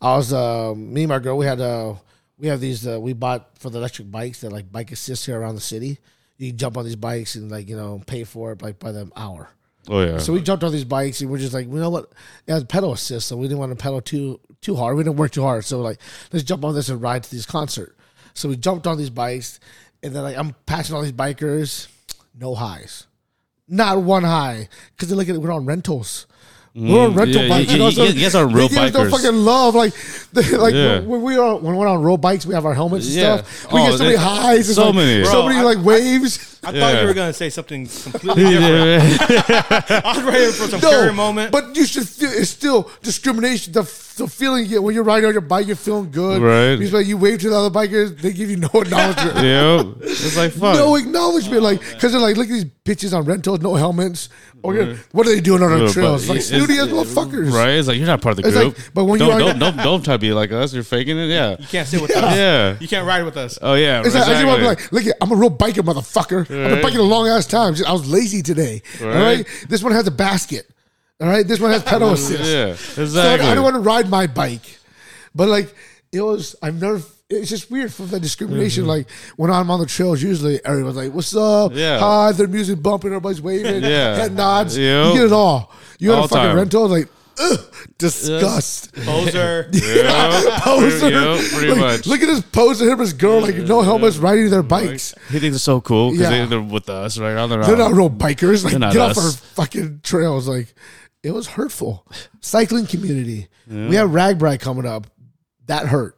Speaker 2: I was uh, me and my girl. We had uh, we have these uh, we bought for the electric bikes. They're like bike assists here around the city. You can jump on these bikes and like you know pay for it like by the hour.
Speaker 1: Oh yeah.
Speaker 2: So we jumped on these bikes and we're just like, you know what? It has pedal assist, so we didn't want to pedal too too hard. We didn't work too hard, so we're like, let's jump on this and ride to this concert. So we jumped on these bikes, and then like I'm passing all these bikers, no highs, not one high, because they look at it. We're on rentals. We're on rental
Speaker 1: Mm, yeah,
Speaker 2: bikes.
Speaker 1: yeah,
Speaker 2: you know,
Speaker 1: yeah,
Speaker 2: so
Speaker 1: you guys are
Speaker 2: they
Speaker 1: real
Speaker 2: give us no
Speaker 1: bikers.
Speaker 2: fucking love. Like, they- like
Speaker 1: Yeah.
Speaker 2: when we are when we're on road bikes, we have our helmets and
Speaker 1: Yeah.
Speaker 2: stuff. We
Speaker 1: Oh,
Speaker 2: get so many
Speaker 1: that-
Speaker 2: highs, and
Speaker 1: so
Speaker 2: like,
Speaker 1: many.
Speaker 2: so
Speaker 3: Bro,
Speaker 2: many
Speaker 3: I-
Speaker 2: like waves.
Speaker 3: I thought
Speaker 1: Yeah.
Speaker 3: you were gonna say something completely different. I was ready for some
Speaker 2: No,
Speaker 3: scary moment.
Speaker 2: But you should feel it's still discrimination. The, the feeling you get when you're riding on your bike, you're feeling good.
Speaker 1: Right.
Speaker 2: Because like you wave to the other bikers, they give you no acknowledgement.
Speaker 1: yep. It's like fuck.
Speaker 2: no acknowledgement. like, because they're like, look at these bitches on rentals, no helmets. Or you're- what are they doing on our
Speaker 1: Yeah, but
Speaker 2: trails? Like
Speaker 1: it's-
Speaker 2: snooty as motherfuckers.
Speaker 1: Right? It's like you're not part of the
Speaker 2: It's like,
Speaker 1: group.
Speaker 2: but when you
Speaker 1: don't,
Speaker 2: are-
Speaker 1: don't, don't don't try to be like us. You're faking it. Yeah.
Speaker 3: you can't sit with us.
Speaker 1: Yeah.
Speaker 3: You can't ride with us.
Speaker 1: Oh yeah.
Speaker 2: It's like, I just want to
Speaker 1: exactly.
Speaker 2: be like, look, at, I'm a real biker, motherfucker. I've been
Speaker 1: Right.
Speaker 2: biking a long ass time. Just- I was lazy today. All right.
Speaker 1: Right.
Speaker 2: This one has a basket. All right. This one has pedal assist.
Speaker 1: yeah.
Speaker 2: oh, So, like,
Speaker 1: Exactly.
Speaker 2: I don't want to ride my bike, but like it was. I've never. It's just weird for the discrimination.
Speaker 1: Mm-hmm.
Speaker 2: Like when I'm on the trails, usually everyone's like, "What's up?
Speaker 1: Yeah.
Speaker 2: Hi." Their music bumping, everybody's waving,
Speaker 1: Yeah.
Speaker 2: head nods. You
Speaker 1: Yep.
Speaker 2: get it all. You had a
Speaker 1: All
Speaker 2: fucking
Speaker 1: time.
Speaker 2: rental, like ugh, disgust.
Speaker 3: Poser.
Speaker 1: Yeah.
Speaker 2: Poser.
Speaker 1: Yep, pretty
Speaker 2: Like,
Speaker 1: much.
Speaker 2: Look at this poser, him and his girl, like no helmets, riding their bikes.
Speaker 1: He thinks it's so cool because
Speaker 2: Yeah.
Speaker 1: they, they're with us, right? On their
Speaker 2: They're
Speaker 1: own.
Speaker 2: not real bikers. Like,
Speaker 1: They're not
Speaker 2: get off
Speaker 1: us.
Speaker 2: our fucking trails. Like, it was hurtful. Cycling community. We have Ragbri coming up. That hurt.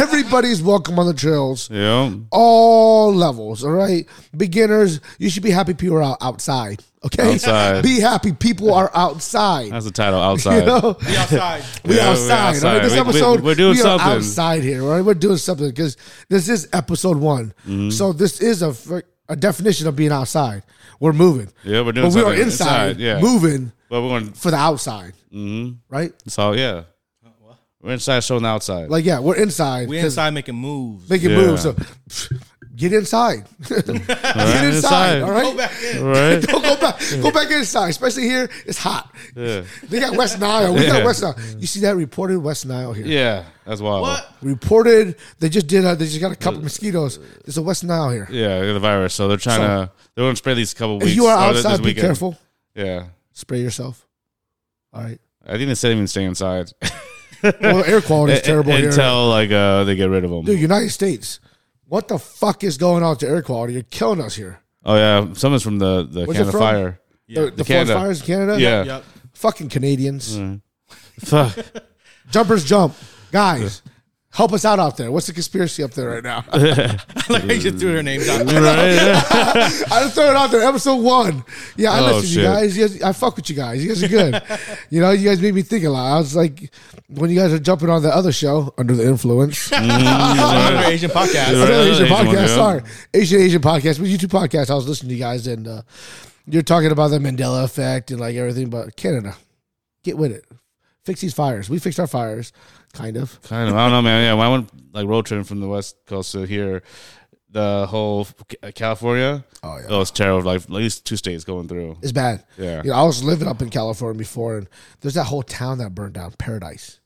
Speaker 2: Everybody's welcome on the trails,
Speaker 1: Yeah.
Speaker 2: all levels. All right, beginners, you should be happy people are out, outside. Okay,
Speaker 1: Outside.
Speaker 2: be happy people are outside.
Speaker 1: That's the title outside.
Speaker 2: you know,
Speaker 3: Be outside.
Speaker 2: we
Speaker 1: Yeah, we're
Speaker 2: outside. all right?
Speaker 1: outside.
Speaker 2: This
Speaker 1: We- we-
Speaker 2: episode,
Speaker 1: we're doing
Speaker 2: we are
Speaker 1: something.
Speaker 2: outside here. all Right? We're doing something because this is episode one.
Speaker 1: Mm-hmm.
Speaker 2: So this is a fr- a definition of being outside. We're moving.
Speaker 1: Yeah, we're doing
Speaker 2: But we are
Speaker 1: something
Speaker 2: inside,
Speaker 1: inside, yeah.
Speaker 2: moving
Speaker 1: But we're going.
Speaker 2: for the outside. Mm-hmm. Right?
Speaker 1: So yeah. We're inside showing the outside.
Speaker 2: Like, yeah, we're inside.
Speaker 3: We
Speaker 2: 'cause
Speaker 3: inside making moves.
Speaker 2: They can
Speaker 1: Yeah.
Speaker 2: move. So get inside. get inside.
Speaker 1: inside.
Speaker 2: All right.
Speaker 3: Go back in.
Speaker 1: right.
Speaker 2: Don't go back. Go back inside, especially here. It's hot.
Speaker 1: Yeah.
Speaker 2: They got West Nile. We got
Speaker 1: Yeah.
Speaker 2: West Nile. You see that reported West Nile here.
Speaker 1: Yeah. That's wild.
Speaker 3: What?
Speaker 2: reported they just did uh, they just got a couple mosquitoes. There's a West Nile here.
Speaker 1: Yeah, the virus. So they're trying to they're going to spread these couple uh, weeks. Oh,
Speaker 2: If you are
Speaker 1: or this
Speaker 2: outside, be
Speaker 1: weekend.
Speaker 2: careful.
Speaker 1: Yeah,
Speaker 2: Spray yourself. All right.
Speaker 1: I think they said even stay inside
Speaker 2: Well, air quality is terrible here.
Speaker 1: until like uh, they get rid of them.
Speaker 2: Dude, United States, what the fuck is going on with the air quality? You're killing us here.
Speaker 1: Oh yeah, someone's from the the
Speaker 2: Where's it
Speaker 1: Canada
Speaker 2: from?
Speaker 1: fire.
Speaker 2: the the forest
Speaker 1: Canada.
Speaker 2: fires in Canada.
Speaker 1: Yeah,
Speaker 3: Yep.
Speaker 2: Fucking Canadians.
Speaker 1: fuck.
Speaker 2: Jumpers jump, guys. Help us out out there. What's the conspiracy up there right now?
Speaker 3: like they just threw their names out.
Speaker 1: Right? Yeah.
Speaker 2: I just throw it out there. Episode one. Yeah, I
Speaker 1: Oh,
Speaker 2: listen to you
Speaker 1: shit.
Speaker 2: guys. you guys. I fuck with you guys. You guys are good. you know, you guys made me think a lot. I was like, when you guys are jumping on the other show, Under the Influence,
Speaker 3: Another Asian podcast.
Speaker 1: Right,
Speaker 2: Another Asian
Speaker 1: Asian one,
Speaker 2: podcast.
Speaker 1: yeah.
Speaker 2: Sorry, Asian Asian podcast, but YouTube podcast. I was listening to you guys, and uh, You're talking about the Mandela effect and like everything, but Canada, get with it. Fix these fires. We fixed our fires, kind of.
Speaker 1: Kind of. I don't know, man. Yeah, when I went like road trip from the West Coast to here, the whole Ca- California,
Speaker 2: Oh
Speaker 1: it was terrible. Like at least two states going through.
Speaker 2: it's bad.
Speaker 1: Yeah.
Speaker 2: You know, I was living up in California before, and there's that whole town that burned down, Paradise.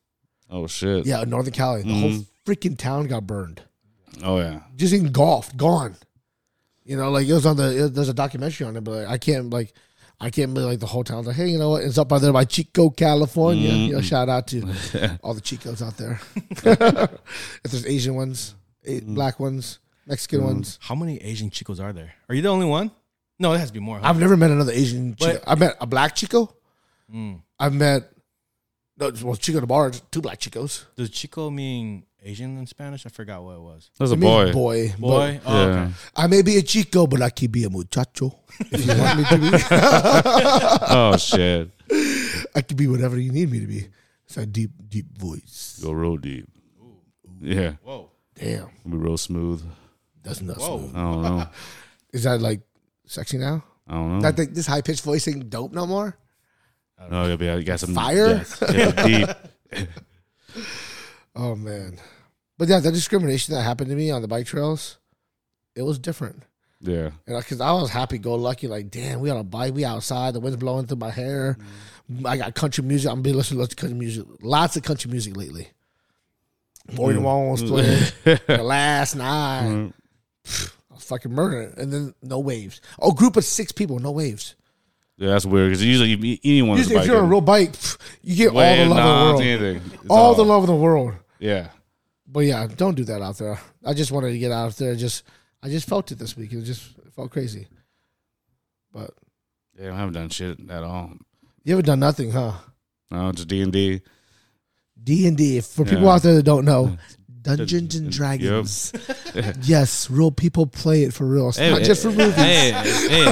Speaker 1: Oh shit.
Speaker 2: Yeah, Northern Cali. The whole freaking town got burned.
Speaker 1: Oh yeah.
Speaker 2: Just engulfed, gone. You know, like it was on the. It, there's a documentary on it, but like, I can't like, I can't believe like the whole town's like, hey, you know what? It's up by there by Chico, California. You know, shout out to all the Chicos out there. if there's Asian ones, eh, black ones, Mexican ones.
Speaker 3: How many Asian chicos are there? Are you the only one? No, it has to be more. huh?
Speaker 2: I've never met another Asian Chico.
Speaker 3: But-
Speaker 2: I met a black Chico.
Speaker 3: Mm.
Speaker 2: I've met no, well, Chico de Bar, two black Chicos.
Speaker 3: Does chico mean Asian in Spanish? I forgot what it was.
Speaker 1: There's a
Speaker 2: It means
Speaker 1: boy.
Speaker 2: boy, but
Speaker 3: Boy. Oh,
Speaker 1: yeah.
Speaker 3: okay.
Speaker 2: I may be a chico, but I can be a muchacho. If you want me to be,
Speaker 1: oh shit.
Speaker 2: I can be whatever you need me to be. It's a deep, deep voice.
Speaker 1: Go real deep. Yeah.
Speaker 3: Whoa.
Speaker 2: Damn,
Speaker 1: Be real smooth.
Speaker 2: that's not
Speaker 3: Whoa.
Speaker 2: smooth.
Speaker 1: I don't know.
Speaker 2: Is that like sexy now?
Speaker 1: I don't know.
Speaker 2: That thing, this high pitched voice ain't dope no more.
Speaker 1: No, yeah, but yeah, you got some
Speaker 2: Fire?
Speaker 1: Yeah, yeah, deep.
Speaker 2: Oh man, but yeah, the discrimination that happened to me on the bike trails, it was different.
Speaker 1: Yeah.
Speaker 2: And because I was happy go lucky, like damn, we on a bike, we outside, the wind's blowing through my hair. I got country music. I'm been listening to lots of country music, lots of country music lately. Forty One was playing the last night. I was fucking murdering, and then no waves. Oh, group of six people, no waves.
Speaker 1: Yeah, that's weird because usually you- anyone.
Speaker 2: Usually, if you're on a real bike, pff, you get all the love in the world,
Speaker 1: Anything. It's
Speaker 2: all the love in the world.
Speaker 1: Yeah.
Speaker 2: But yeah, don't do that out there. I just wanted to get out there. Just I just felt it this week. It just felt crazy. But
Speaker 1: Yeah, I haven't done shit at all.
Speaker 2: you haven't done nothing, huh?
Speaker 1: No, just D and D.
Speaker 2: D and D. For people
Speaker 1: Yeah.
Speaker 2: out there that don't know, Dungeons and Dragons. yes, real people play it for real. It's not just for movies.
Speaker 1: Hey, hey,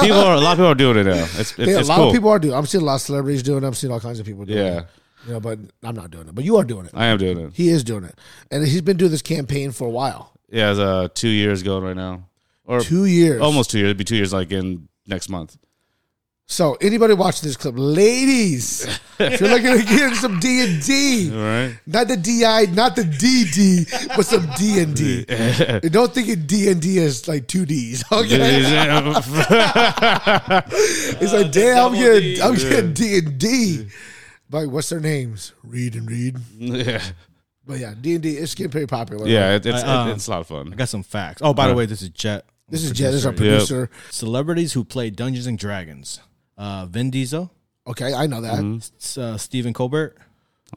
Speaker 1: people are a lot of people are doing it now. It's, it's,
Speaker 2: Yeah, a
Speaker 1: it's
Speaker 2: lot
Speaker 1: cool.
Speaker 2: of people are doing. I'm seeing a lot of celebrities doing. it. I'm seeing all kinds of people doing.
Speaker 1: Yeah,
Speaker 2: it. you know, but I'm not doing it. But you are doing it.
Speaker 1: I am doing it.
Speaker 2: He is doing it, and he's been doing this campaign for a while.
Speaker 1: Yeah, it's uh, two years going right now, or
Speaker 2: Two years
Speaker 1: almost two years. It'd be two years like in next month.
Speaker 2: So anybody watching this clip, ladies, if you're looking to get some D and
Speaker 1: All
Speaker 2: D,
Speaker 1: right.
Speaker 2: not the DI, not the DD, but some D and D. And Don't think of D and D as like two Ds. Okay, it's
Speaker 1: Uh,
Speaker 2: like damn, I'm
Speaker 3: double
Speaker 2: getting,
Speaker 3: D.
Speaker 2: I'm getting D and D. Like, what's their names? Read and read.
Speaker 1: yeah,
Speaker 2: But yeah, D and D is getting pretty popular.
Speaker 1: yeah it, it's,
Speaker 2: uh,
Speaker 3: I, um,
Speaker 1: it, it's a lot of fun.
Speaker 3: I got some facts. Oh, by the way, this is Jet.
Speaker 2: this is Jed, this is our
Speaker 1: Producer, yeah.
Speaker 2: producer.
Speaker 3: Celebrities who play Dungeons and Dragons. Uh, Vin Diesel,
Speaker 2: Okay, I know that.
Speaker 1: Mm-hmm.
Speaker 3: S- uh, Stephen Colbert,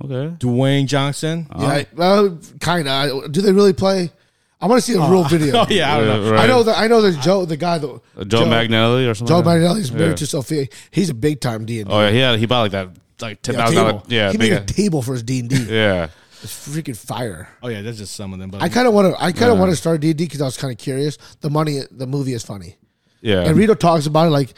Speaker 1: Okay.
Speaker 3: Dwayne Johnson.
Speaker 1: Oh.
Speaker 2: Yeah, I- well, kind of. Do they really play? I want to see a real video.
Speaker 3: Oh yeah, I don't know.
Speaker 1: Yeah, Uh, right.
Speaker 2: I know that. I know that Joe, the guy that
Speaker 1: Uh, Joe, Magnelli or something.
Speaker 2: Joe
Speaker 1: like that?
Speaker 2: Magnelli's married
Speaker 1: Yeah.
Speaker 2: to Sophia. He's a big time D and D.
Speaker 1: Oh yeah, he had, he bought like that like ten thousand dollars. Yeah,
Speaker 2: he
Speaker 1: big-
Speaker 2: made a table for his D and D.
Speaker 1: yeah.
Speaker 2: It's freaking fire.
Speaker 3: Oh yeah, that's just some of them. But
Speaker 2: I kind of want to. I kind of want to start D and D because I was kind of curious. The money, the movie is funny,
Speaker 1: Yeah.
Speaker 2: and Rito talks about it like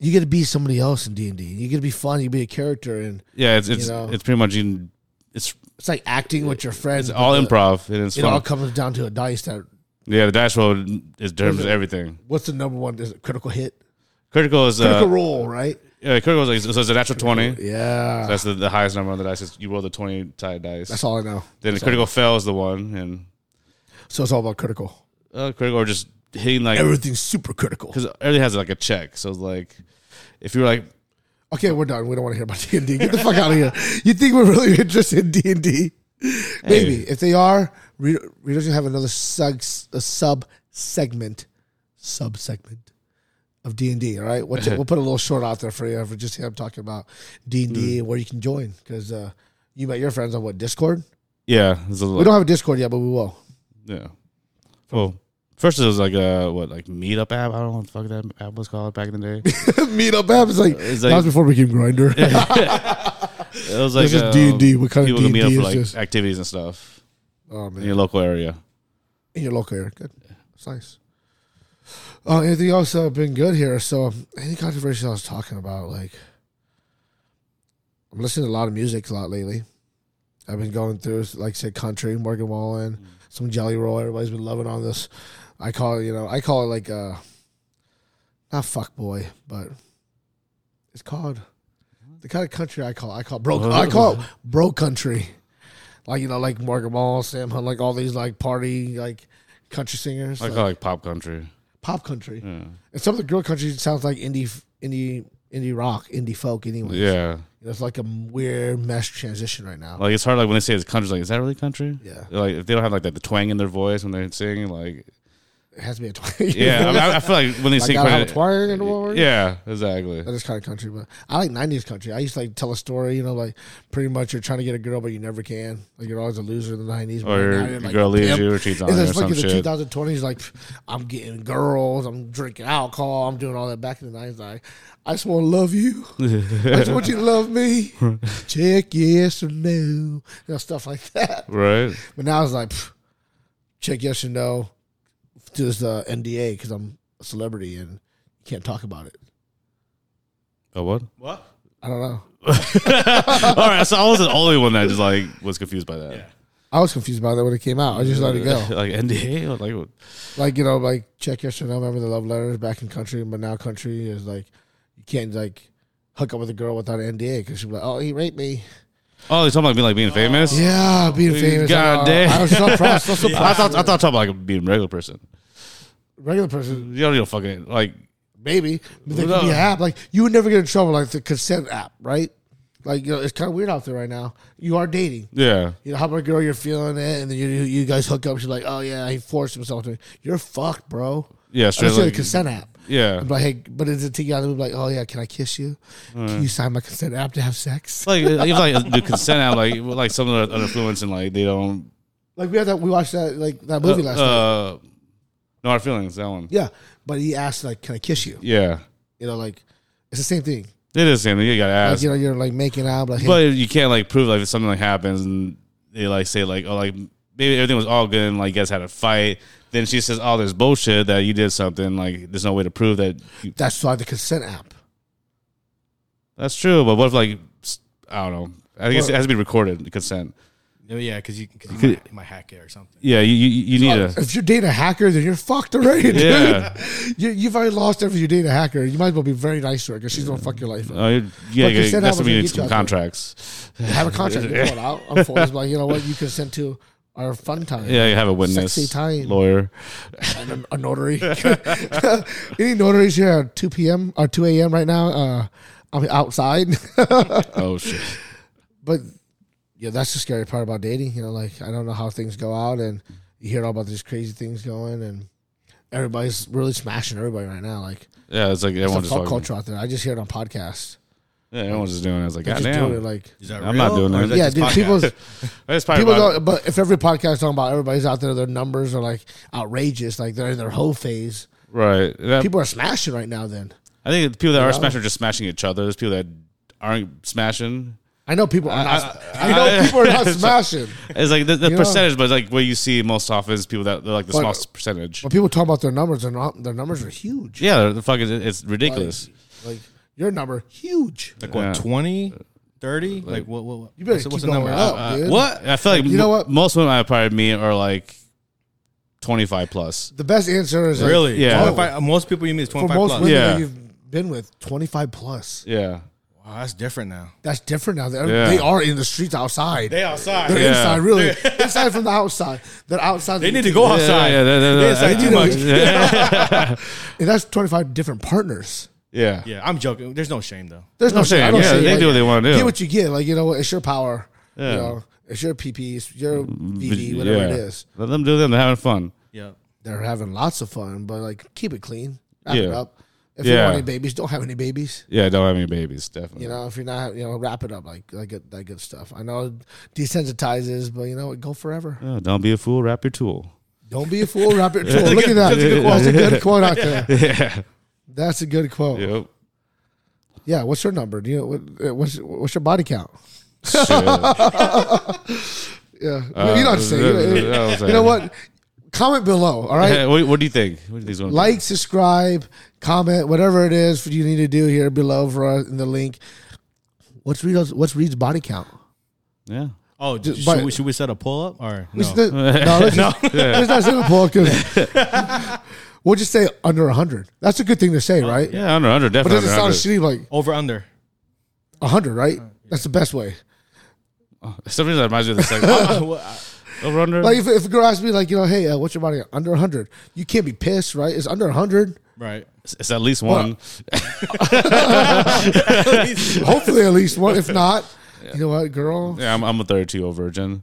Speaker 2: you get to be somebody else in D and D. You get to be fun. You be a character, and
Speaker 1: yeah, it's it's,
Speaker 2: you know.
Speaker 1: it's pretty much you can- it's
Speaker 2: it's like acting with your friends.
Speaker 1: all improv and it's
Speaker 2: It
Speaker 1: fun.
Speaker 2: all comes down to a dice. That
Speaker 1: yeah, the dash roll is determines everything.
Speaker 2: what's the number one? Is it critical hit?
Speaker 1: Critical is
Speaker 2: Critical
Speaker 1: uh,
Speaker 2: roll, right?
Speaker 1: yeah, critical is like, so it's a natural twenty.
Speaker 2: Yeah,
Speaker 1: That's the, the highest number on the dice. Is you roll the twenty side dice.
Speaker 2: that's all I know.
Speaker 1: then the critical fail is the one, and
Speaker 2: So it's all about critical.
Speaker 1: uh, critical or just hitting like
Speaker 2: Everything's super critical.
Speaker 1: because everything has like a check. So like, if you're like,
Speaker 2: Okay, we're done. We don't want to hear about D and D. Get the fuck out of here. You think we're really interested in D and D? Maybe if they are, we we don't have another sub a sub segment, sub segment of D and D. All right, we'll, we'll put a little short out there for you for just him talking about D and
Speaker 1: Mm.
Speaker 2: D where you can join because uh, you met your friends on what Discord.
Speaker 1: yeah, there's a
Speaker 2: We
Speaker 1: lot,
Speaker 2: don't have a Discord yet, but we will.
Speaker 1: yeah. Well, first it was like a what like meetup app. I don't know what the fuck that app was called back in the day.
Speaker 2: Meetup app is like,
Speaker 1: It's
Speaker 2: that
Speaker 1: like-
Speaker 2: was before we became Grinder.
Speaker 1: It was like
Speaker 2: This is
Speaker 1: um,
Speaker 2: D&D. What kind of
Speaker 1: people can meet
Speaker 2: D&D
Speaker 1: up for
Speaker 2: is
Speaker 1: like
Speaker 2: this?
Speaker 1: activities and stuff
Speaker 2: oh
Speaker 1: in
Speaker 2: man,
Speaker 1: your local area.
Speaker 2: in your local area, good. It's nice. Uh, anything else uh, been good here? So, um, any controversy I was talking about, like, I'm listening to a lot of music a lot lately. I've been going through, like, I said, country, Morgan Wallen, some Jelly Roll. Everybody's been loving on this. I call it, you know, I call it like, uh, not fuck boy, but it's called the kind of country I call. I call bro.
Speaker 1: Oh.
Speaker 2: I call it bro country. Like you know, like Morgan Ball, Sam Hunt, like all these like party like country singers,
Speaker 1: I
Speaker 2: like,
Speaker 1: call it like pop country.
Speaker 2: pop country,
Speaker 1: Yeah.
Speaker 2: and some of the girl country sounds like indie, indie, indie rock, indie folk. Anyway,
Speaker 1: Yeah.
Speaker 2: it's like a weird mesh transition right now.
Speaker 1: Like it's hard. Like when they say it's country, it's like is that really country?
Speaker 2: Yeah.
Speaker 1: Like if they don't have like that the twang in their voice when they're singing, like
Speaker 2: It has to be a twang.
Speaker 1: yeah, I, mean, I- I feel like when they
Speaker 2: like
Speaker 1: sing
Speaker 2: gotta have a
Speaker 1: country,
Speaker 2: twang in the world.
Speaker 1: yeah, exactly.
Speaker 2: That is kind of country, but I like '90s country. I used to like tell a story, you know, like pretty much you're trying to get a girl, but you never can. Like you're always a loser in the '90s. but
Speaker 1: Or
Speaker 2: now
Speaker 1: your
Speaker 2: you're, like,
Speaker 1: girl
Speaker 2: a
Speaker 1: leaves
Speaker 2: pimp.
Speaker 1: you or cheats on
Speaker 2: And
Speaker 1: you or
Speaker 2: that's like
Speaker 1: some shit.
Speaker 2: in the 2020s, like pff, I'm getting girls, I'm drinking alcohol, I'm doing all that. Back in the '90s, like I just want to love you. I just want you to love me. Check yes or no, you know, stuff like that.
Speaker 1: Right.
Speaker 2: But now it's like pff, check yes or no to this uh, NDA because I'm a celebrity and you can't talk about it.
Speaker 1: Oh what?
Speaker 3: What?
Speaker 2: I don't know.
Speaker 1: All right. So I was the only one that just like was confused by that.
Speaker 2: I was confused about that when it came out. I just let it go.
Speaker 1: like NDA. or, Like
Speaker 2: Like, you know, like check yes or no. Remember the love letters back in country, but now country is like you can't like hook up with a girl without an NDA because she'll be like, oh, he raped me.
Speaker 1: oh, they're talking about being like being famous.
Speaker 2: Yeah, being famous.
Speaker 1: God
Speaker 2: uh,
Speaker 1: damn.
Speaker 2: I was so proud. So, so
Speaker 1: I thought I
Speaker 2: proud.
Speaker 1: thought talking about like being a regular person.
Speaker 2: regular person,
Speaker 1: You don't need to fucking like
Speaker 2: maybe. But there could be
Speaker 1: No.
Speaker 2: an app. Like you would never get in trouble like the consent app, right? Like you know, it's kind of weird out there right now. You are dating.
Speaker 1: yeah.
Speaker 2: You know, how about a girl you're feeling it, and then you you guys hook up. She's like, "Oh yeah, he forced himself to." me." You're fucked, bro.
Speaker 1: Yeah, straight
Speaker 2: Unless you had
Speaker 1: like-
Speaker 2: a consent app.
Speaker 1: Yeah.
Speaker 2: I'm like, hey, but is it together? We're like, oh yeah, can I kiss you? Can you sign my consent app to have sex?
Speaker 1: like if like the consent app, like like some of the other influence and like they don't
Speaker 2: Like we had that, we watched that like that movie last night.
Speaker 1: uh, no hard feelings. That one.
Speaker 2: Yeah, but he asked like, can I kiss you?
Speaker 1: Yeah,
Speaker 2: You know, like it's the same thing.
Speaker 1: it is something you gotta
Speaker 2: Like
Speaker 1: ask,
Speaker 2: you know, you're like making out, like hey,
Speaker 1: but you can't like prove like if something like happens and they like say like oh like maybe everything was all good and like you guys had a fight. Then she says all this bullshit that you did something. Like there's no way to prove that. You,
Speaker 2: that's why the consent app.
Speaker 1: that's true, but what if like s- I don't know. I guess it has to be recorded consent.
Speaker 3: No, yeah, because you, cause you, might, you might hack it or something.
Speaker 1: Yeah, you you, you need a
Speaker 2: Uh, If you're dating a hacker, then you're fucked already, dude.
Speaker 1: yeah.
Speaker 2: You, you've already lost everything. You're dating a hacker. You might as well be very nice to her because she's gonna fuck your life. up.
Speaker 1: Oh, you- yeah, yeah,
Speaker 2: But consent
Speaker 1: that's
Speaker 2: app
Speaker 1: what we
Speaker 2: was
Speaker 1: need some
Speaker 2: gonna get you out
Speaker 1: contracts.
Speaker 2: Have a contract. You pull it out. I'm full. It's like you know what? You consent to our fun time.
Speaker 1: Yeah, you have a witness,
Speaker 2: Sexy time.
Speaker 1: lawyer.
Speaker 2: and a, a notary. Any notaries here at 2 p.m. or 2 a.m. right now? Uh, I'm outside.
Speaker 1: Oh shit.
Speaker 2: but yeah, that's the scary part about dating. You know, like I don't know how things go out, and you hear all about these crazy things going, and everybody's really smashing everybody right now. Like
Speaker 1: Yeah, it's like
Speaker 2: it's a
Speaker 1: everyone's just
Speaker 2: fuck
Speaker 1: fucking,
Speaker 2: culture out there. I just hear it on podcasts.
Speaker 1: yeah, everyone's just doing. It. I was like,
Speaker 2: They're
Speaker 1: God
Speaker 2: just
Speaker 1: damn.
Speaker 2: doing it like.
Speaker 3: Is that
Speaker 1: I'm not
Speaker 3: real,
Speaker 1: doing
Speaker 3: or is
Speaker 1: that.
Speaker 2: Yeah,
Speaker 3: just
Speaker 2: dude.
Speaker 3: podcast?
Speaker 2: People's
Speaker 1: That's probably
Speaker 2: people
Speaker 1: about-
Speaker 2: don't. But if every podcast talking about everybody's out there, their numbers are like outrageous. Like they're in their whole phase.
Speaker 1: right. That-
Speaker 2: People are smashing right now. Then
Speaker 1: I think the people that are smashing are just smashing each other. There's people that aren't smashing.
Speaker 2: I know people are not.
Speaker 1: I-
Speaker 2: I, know
Speaker 1: I-
Speaker 2: people are not smashing.
Speaker 1: It's like the, the
Speaker 2: Yeah.
Speaker 1: percentage, but it's like what you see most often is people that they're like the
Speaker 2: But-
Speaker 1: smallest percentage.
Speaker 2: When people talk about their numbers, they're not, their numbers are huge.
Speaker 1: Yeah, they're- the fucking it's ridiculous.
Speaker 2: Like your number, huge.
Speaker 3: Like what,
Speaker 1: Yeah.
Speaker 3: 20, 30? Like, what, what, what?
Speaker 2: You better
Speaker 3: what's,
Speaker 2: keep
Speaker 3: what's the
Speaker 2: going
Speaker 3: number?
Speaker 2: up,
Speaker 3: Uh,
Speaker 2: dude.
Speaker 1: what I feel like,
Speaker 2: You know what?
Speaker 1: most women I probably meet are like twenty five plus.
Speaker 2: The best answer is like,
Speaker 3: Really?
Speaker 1: Yeah.
Speaker 3: 25 uh, most people you meet is
Speaker 2: for
Speaker 3: 25
Speaker 2: most
Speaker 3: plus.
Speaker 2: women
Speaker 1: Yeah.
Speaker 2: that you've been with, twenty five plus.
Speaker 1: Yeah,
Speaker 3: Wow, that's different now.
Speaker 2: That's different now. They're,
Speaker 1: Yeah.
Speaker 2: They are in the streets outside. They
Speaker 3: outside.
Speaker 2: are
Speaker 1: Yeah.
Speaker 2: inside, really. inside from the outside. They're outside.
Speaker 3: They need to go outside.
Speaker 1: Yeah, yeah, yeah, yeah,
Speaker 3: They
Speaker 1: yeah.
Speaker 3: inside too much.
Speaker 2: And that's twenty five different partners.
Speaker 1: yeah,
Speaker 3: Yeah, I'm joking. There's no shame though.
Speaker 2: There's no,
Speaker 1: I'm
Speaker 2: shame. I
Speaker 1: saying,
Speaker 2: don't
Speaker 1: yeah,
Speaker 2: say,
Speaker 1: they
Speaker 2: like,
Speaker 1: do what they want to do.
Speaker 2: Get what you get. Like you know, what, it's your power.
Speaker 1: Yeah. Mm,
Speaker 2: You know, it's your PP. It's your VD. Whatever
Speaker 1: Yeah.
Speaker 2: it is.
Speaker 1: Let them do them. They're having fun.
Speaker 3: Yeah.
Speaker 2: they're having lots of fun, but like keep it clean. Wrap it
Speaker 1: Yeah.
Speaker 2: up. If you
Speaker 1: Yeah.
Speaker 2: want any babies, don't have any babies.
Speaker 1: Yeah, don't have any babies. Definitely.
Speaker 2: You know, if you're not, you know, wrap it up like uh, like good, that good stuff. I know it desensitizes, but you know, what, go forever.
Speaker 1: Yeah, don't be a fool. Wrap your tool.
Speaker 2: Don't be a fool. Wrap it. Fool. Look at that.
Speaker 1: That's a good quote.
Speaker 2: That's a good quote out there.
Speaker 1: Yeah.
Speaker 2: That's a good quote. Yeah.
Speaker 1: Yep.
Speaker 2: what's your number? Do you know what, uh, what's what's your body count?
Speaker 1: Shit. Uh,
Speaker 2: Yeah, you don't have to say. You,
Speaker 1: that was
Speaker 2: you know what? Comment below. All right.
Speaker 1: Hey, what, what do you think? What do you think's gonna be?
Speaker 2: like, subscribe, comment, whatever it is you need to do here below for us in the link. What's Reed's, what's Reed's body count?
Speaker 1: Yeah.
Speaker 3: Oh,
Speaker 2: Just-
Speaker 3: should,
Speaker 2: but-
Speaker 3: we, should we set a pull up or
Speaker 2: We
Speaker 3: no?
Speaker 2: should- no, let's, just- let's not say the poll 'cause We'll just say under 100. That's a good thing to say, right?
Speaker 1: Oh, Yeah, under under
Speaker 2: But
Speaker 1: definitely.
Speaker 2: doesn't sound
Speaker 1: under, Oh,
Speaker 2: shitty like
Speaker 3: Over under.
Speaker 2: 100, right? That's the best way.
Speaker 1: under. Sometimes that reminds me of the second over under.
Speaker 2: Like if, if a girl asks me like, you know, hey, uh, what's your body count? under 100? You can't be pissed, right? It's under 100.
Speaker 3: Right.
Speaker 1: it's, it's at least one.
Speaker 2: Hopefully at least one. If not, you know what, girl?
Speaker 1: Yeah, I'm, I'm a 32 year old virgin.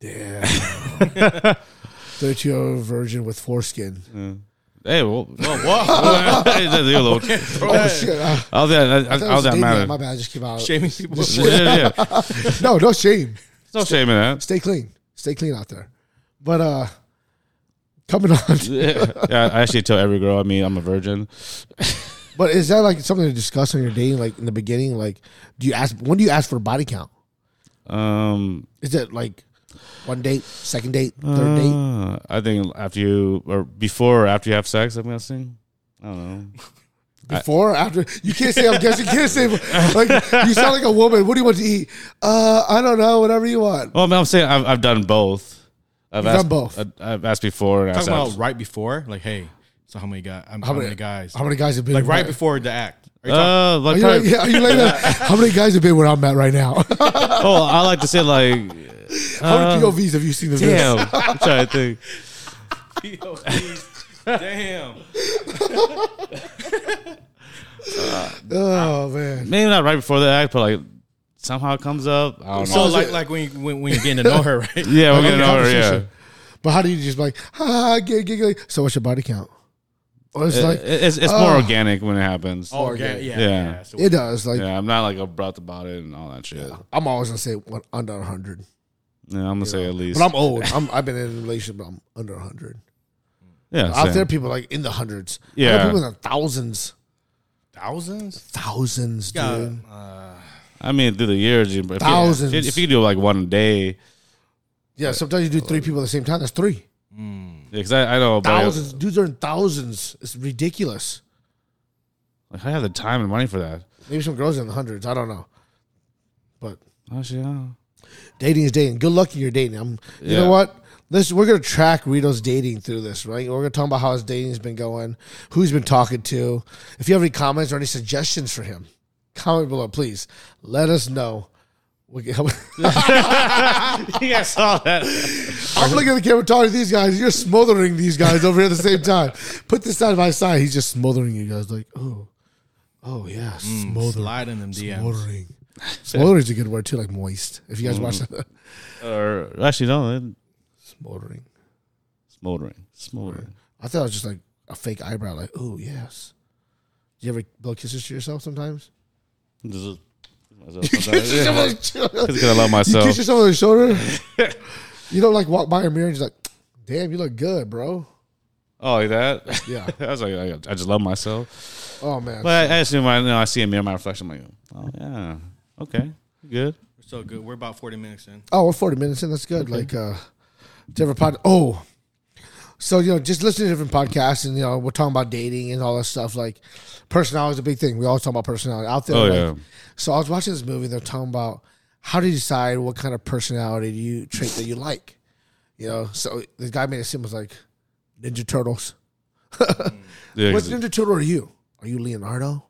Speaker 2: Damn. 30 year old virgin with foreskin.
Speaker 1: Hey, well, well, whoa. Hey, that's a little-
Speaker 2: Oh, shit. Uh,
Speaker 1: All that, that,
Speaker 2: that
Speaker 1: all
Speaker 2: was
Speaker 1: that
Speaker 2: Damien. uh, My
Speaker 1: matters.
Speaker 2: bad. I just came out.
Speaker 3: Shaming people.
Speaker 1: Yeah, yeah, yeah.
Speaker 2: No, no shame.
Speaker 1: There's no shame in that.
Speaker 2: Stay clean. Stay clean out there. But uh coming on.
Speaker 1: Yeah, I actually tell every girl, I mean, I'm a virgin.
Speaker 2: But is that like something to discuss on your dating, like in the beginning? Like, do you ask when do you ask for a body count?
Speaker 1: Um,
Speaker 2: Is it like one date, second date, third date?
Speaker 1: uh, I think after you or before or after you have sex, I'm guessing. I don't know.
Speaker 2: Before, or after? You can't say I'm guessing. You can't say like you sound like a woman. What do you want to eat? Uh, I don't know. Whatever you want.
Speaker 1: Well, I mean, I'm saying I've, I've done both. I've
Speaker 2: You've
Speaker 1: asked
Speaker 2: done both.
Speaker 1: I, I've asked before and asked
Speaker 3: Talking about
Speaker 1: after.
Speaker 3: right before, like, hey, so how many guys? How,
Speaker 2: many-
Speaker 3: many, guys?
Speaker 2: How many guys have been
Speaker 3: like right before the act. Are you
Speaker 1: Uh,
Speaker 3: talking,
Speaker 2: Are
Speaker 1: like
Speaker 2: you like,
Speaker 1: probably,
Speaker 2: Oh, yeah, are you like that? How many guys have been where I'm at right now?
Speaker 1: oh, I like to say like,
Speaker 2: How
Speaker 3: Um,
Speaker 2: many POVs have you seen of this?
Speaker 1: damn. I'm trying to think.
Speaker 3: Damn.
Speaker 2: Oh man,
Speaker 1: Maybe not right before the act, but like somehow it comes up. I don't
Speaker 3: So
Speaker 1: know.
Speaker 3: like like when you when, when you're getting to know her, right?
Speaker 1: Yeah, we're
Speaker 2: Like,
Speaker 1: getting
Speaker 2: on the
Speaker 1: over. Yeah,
Speaker 2: conversation. But how do you just like ha ha ha, gig, gig, gig. So what's your body count? Or it's like uh,
Speaker 1: It- it's it's more organic when it happens.
Speaker 3: Oh, yeah, yeah, yeah.
Speaker 1: Yeah.
Speaker 3: that's the
Speaker 2: it does. Like
Speaker 1: Yeah, I'm not like abrupt about it and all that shit. Yeah,
Speaker 2: I'm always gonna say one, under 100.
Speaker 1: I'm gonna say at least.
Speaker 2: But I'm old. I'm, I've been in a relationship, but I'm under 100.
Speaker 1: yeah,
Speaker 2: Out
Speaker 1: same.
Speaker 2: there, people like in the hundreds.
Speaker 1: Yeah.
Speaker 2: I know people in the thousands.
Speaker 3: Thousands? uh,
Speaker 2: Thousands, dude.
Speaker 3: Yeah.
Speaker 1: I mean, through the years, you, if you-
Speaker 2: Thousands.
Speaker 1: if you do like one day,
Speaker 2: Yeah, sometimes you do three people at the same time. That's three.
Speaker 1: because I, I know about it.
Speaker 2: Thousands. Dudes are in thousands. It's ridiculous.
Speaker 1: Like, I have the time and money for that.
Speaker 2: Maybe some girls are in the hundreds. I don't know. But
Speaker 1: Oh, shit, I don't know.
Speaker 2: dating is dating. Good luck in your dating. I'm, you
Speaker 1: Yeah.
Speaker 2: know what? Listen, we're gonna track Rito's dating through this, right? We're gonna talk about how his dating's been going, who he's been talking to. If you have any comments or any suggestions for him, comment below, please. Let us know. We can-
Speaker 1: yeah, I saw that.
Speaker 2: I'm looking at the camera talking to these guys. You're smothering these guys over here at the same time. Put this side by side. He's just smothering you guys, like, oh, oh yeah,
Speaker 1: Mm,
Speaker 2: smothering,
Speaker 3: Slide in them DMs.
Speaker 2: smothering. Smothering's a good word too, like moist. If you
Speaker 1: Mm.
Speaker 2: guys watch that,
Speaker 1: Or actually, no, it-
Speaker 2: smothering.
Speaker 1: smoldering, smoldering.
Speaker 2: I thought it was just like a fake eyebrow, like, oh, yes. Do you ever blow kisses to yourself sometimes?
Speaker 1: This is-
Speaker 2: Kiss yourself on
Speaker 1: Yeah,
Speaker 2: the shoulder.
Speaker 1: 'cause I love
Speaker 2: You
Speaker 1: myself.
Speaker 2: kiss yourself on the shoulder? you don't like walk by a mirror and just like, damn, you look good, bro.
Speaker 1: Oh, like that?
Speaker 2: Yeah.
Speaker 1: I was like, I, I just love myself.
Speaker 2: Oh, man.
Speaker 1: But I, I just knew my, you know, I see a mirror, my reflection. I'm like, oh yeah, okay, good.
Speaker 3: We're so good. We're about 40 minutes in.
Speaker 2: Oh, we're 40 minutes in. That's good. Like, uh, different pod. Oh, so, you know, just listen to different podcasts and, you know, we're talking about dating and all that stuff. Like, personality is a big thing. We always talk about personality out there.
Speaker 1: Oh,
Speaker 2: like-
Speaker 1: yeah.
Speaker 2: So I was watching this movie. They're talking about how to decide what kind of personality do you trait that you like. You know, so the guy made it seem was like Ninja Turtles.
Speaker 1: Yeah,
Speaker 2: What
Speaker 1: 'cause-
Speaker 2: Ninja Turtle are you? Are you Leonardo?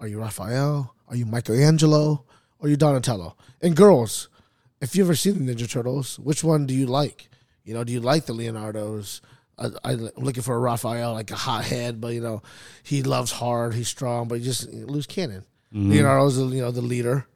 Speaker 2: Are you Raphael? Are you Michelangelo? Are you Donatello? And girls, if you've ever seen the Ninja Turtles, which one do you like? You know, do you like the Leonardos? I, I, am looking for a Raphael, like a hot head, but you know, he loves hard, he's strong, but he just loose cannon. Leonardo's the, you know the leader.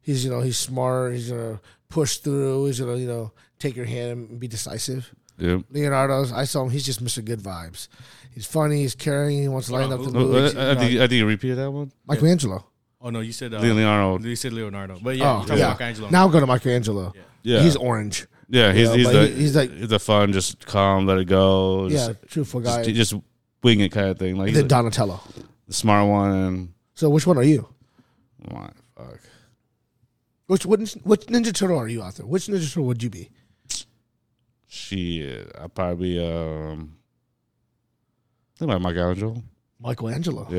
Speaker 2: He's you know he's smart. He's gonna push through. He's gonna you know take your hand and be decisive.
Speaker 1: yeah.
Speaker 2: Leonardo's. I saw him. He's just Mr. Good Vibes. He's funny. He's caring. He wants to lighten up the
Speaker 3: who-
Speaker 1: Oh, I,
Speaker 2: mood.
Speaker 1: I, I think, I think you repeated that one.
Speaker 2: Michelangelo.
Speaker 3: Oh, no, you said uh,
Speaker 1: Leonardo.
Speaker 3: You said Leonardo. But yeah,
Speaker 2: Oh,
Speaker 3: you're talking
Speaker 2: yeah.
Speaker 3: about Michelangelo.
Speaker 2: Now I'm going to Michelangelo.
Speaker 1: Yeah.
Speaker 2: He's orange.
Speaker 1: Yeah, he's
Speaker 2: Yeah,
Speaker 1: he's
Speaker 2: but
Speaker 1: the
Speaker 2: he-
Speaker 1: he's
Speaker 2: he's
Speaker 1: like
Speaker 2: like-
Speaker 1: the fun, just calm, let it go. Just,
Speaker 2: yeah, truthful guy.
Speaker 1: just, just wing it kind of thing. Like he's the
Speaker 2: then Donatello.
Speaker 1: smart one. And,
Speaker 2: So which one are you?
Speaker 1: why, fuck.
Speaker 2: Which which, which Ninja Turtle are you out there? Which Ninja Turtle would you be?
Speaker 1: Shit, I probably um. I think like Michelangelo.
Speaker 2: Michelangelo. Yeah.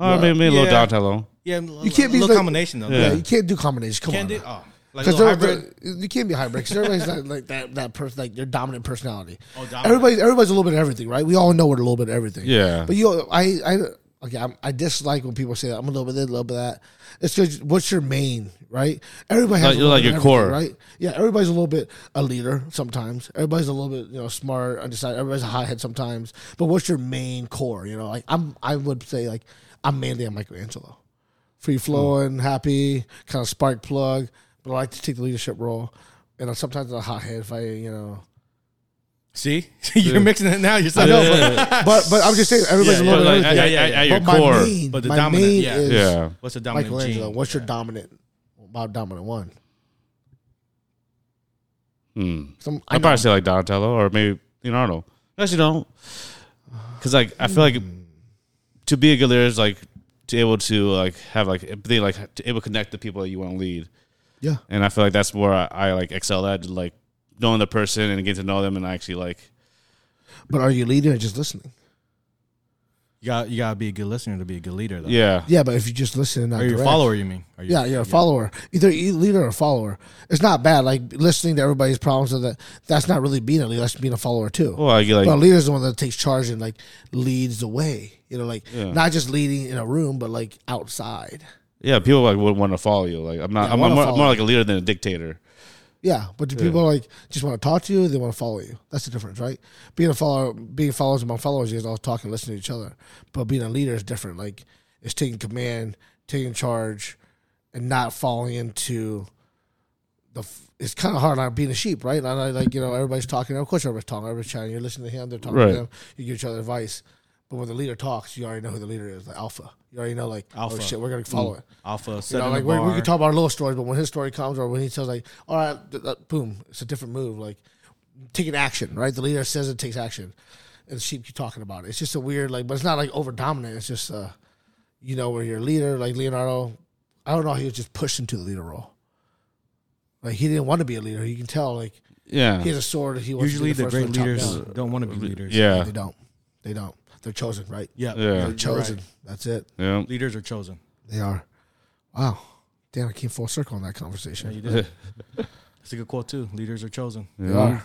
Speaker 1: Yeah. Or maybe, maybe a little
Speaker 3: Yeah.
Speaker 1: Donatello.
Speaker 3: yeah,
Speaker 2: You can't be
Speaker 3: little
Speaker 2: like-
Speaker 3: combination, though.
Speaker 1: Yeah.
Speaker 2: you can't do combinations. Come
Speaker 3: Can't
Speaker 2: on.
Speaker 3: do,
Speaker 2: now.
Speaker 3: oh, Like a
Speaker 2: Because
Speaker 3: little hybrid.
Speaker 2: you can't be hybrid. 'cause everybody's not like that that person like their dominant personality.
Speaker 3: Oh, dominant.
Speaker 2: Everybody's everybody's a little bit of everything, right? We all know we're a little bit of everything.
Speaker 1: Yeah.
Speaker 2: But you, I, I, okay, I'm, I dislike when people say that I'm a little bit of this, a little bit of that. It's because what's your main, right? Everybody has
Speaker 1: Like-
Speaker 2: a little
Speaker 1: like
Speaker 2: bit of
Speaker 1: your
Speaker 2: everything,
Speaker 1: core.
Speaker 2: right? Yeah, everybody's a little bit a leader sometimes. Everybody's a little bit you know smart, undecided. Everybody's a hothead sometimes. But what's your main core? You know, like I'm, I would say like I'm mainly a Michelangelo free flowing, happy, kind of spark plug. But I like to take the leadership role, and I'm sometimes a hothead if I, you know.
Speaker 3: See, you're mixing it now. You're
Speaker 2: I
Speaker 3: saying,
Speaker 2: know, but, but but I'm just saying everybody's
Speaker 3: Yeah,
Speaker 2: a little
Speaker 1: yeah, but
Speaker 2: bit. of
Speaker 1: like,
Speaker 2: everything.
Speaker 1: at- at- at your
Speaker 2: But my
Speaker 1: core.
Speaker 2: main-
Speaker 3: But the
Speaker 2: my
Speaker 3: dominant,
Speaker 2: main
Speaker 3: yeah.
Speaker 2: is
Speaker 1: yeah.
Speaker 3: "What's a dominant
Speaker 2: Michelangelo.
Speaker 3: gene?"
Speaker 2: What's your dominant? About dominant one.
Speaker 1: Hmm.
Speaker 2: Some, I
Speaker 1: I'd
Speaker 2: know,
Speaker 1: probably say like Donatello or maybe Leonardo. Actually, don't. Because like I feel like to be a good leader is like to able to like have like empathy, like to able to connect the people that you want to lead.
Speaker 2: yeah,
Speaker 1: And I feel like that's where I, I like excel at, like knowing the person and getting to know them and actually like
Speaker 2: but are you leading or just listening?
Speaker 3: You got you gotta be a good listener to be a good leader, though.
Speaker 1: yeah.
Speaker 2: Yeah, but if you just listen and not
Speaker 3: Are you a
Speaker 2: direct-
Speaker 3: follower? You mean? Are you,
Speaker 2: Yeah, you're a follower. Either a leader or follower. It's not bad. Like listening to everybody's problems. Of that, that's not really being a leader. That's being a follower too.
Speaker 1: Well, I get like
Speaker 2: But a leader's the one that takes charge and like leads the way. You know, like not just leading in a room, but like outside.
Speaker 1: yeah, people like would want to follow you. Like I'm not, I'm, I'm
Speaker 2: wanna
Speaker 1: more, I'm
Speaker 2: follow.
Speaker 1: more like a leader than a dictator.
Speaker 2: Yeah, but do people like just want to talk to you? They want to follow you. That's the difference, right? Being a follower, being followers among followers, you guys all talk and listen to each other. But being a leader is different. Like it's taking command, taking charge, and not falling into the. F- it's kind of hard on being a sheep, right? And I like you know everybody's talking. Of course, everybody's talking. Everybody's chatting. You're listening to him. They're talking
Speaker 1: Right.
Speaker 2: to them. You give each other advice. But when the leader talks, you already know who the leader is, the alpha. You already know, like, alpha.
Speaker 3: Alpha.
Speaker 2: oh shit, we're gonna follow it.
Speaker 3: Alpha. Set
Speaker 2: You know,
Speaker 3: in
Speaker 2: like
Speaker 3: the
Speaker 2: we we
Speaker 3: bar.
Speaker 2: could talk about our little stories, but when his story comes or when he tells, like, all right, th- th- boom, it's a different move. Like, taking action, right? The leader says it takes action, and the sheep keep talking about it. It's just a weird, like, but it's not like over dominant. It's just, uh, you know, where your leader, like Leonardo, I don't know, he was just pushed into the leader role. Like he didn't want to be a leader. You can tell, like, he
Speaker 1: Yeah,
Speaker 2: has a sword. He wants
Speaker 3: Usually,
Speaker 2: to be the,
Speaker 3: the
Speaker 2: first
Speaker 3: great
Speaker 2: one to chop
Speaker 3: leaders
Speaker 2: down.
Speaker 3: don't want to be leaders.
Speaker 1: yeah,
Speaker 2: They don't. They don't. They're chosen, right?
Speaker 3: Yeah.
Speaker 1: Yeah.
Speaker 3: You're
Speaker 2: They're
Speaker 3: right.
Speaker 2: chosen. That's it.
Speaker 1: yeah.
Speaker 3: Leaders are chosen.
Speaker 2: They are. Wow. Damn, I came full circle in that conversation.
Speaker 3: You did. That's a good quote too. Leaders are chosen.
Speaker 2: They are.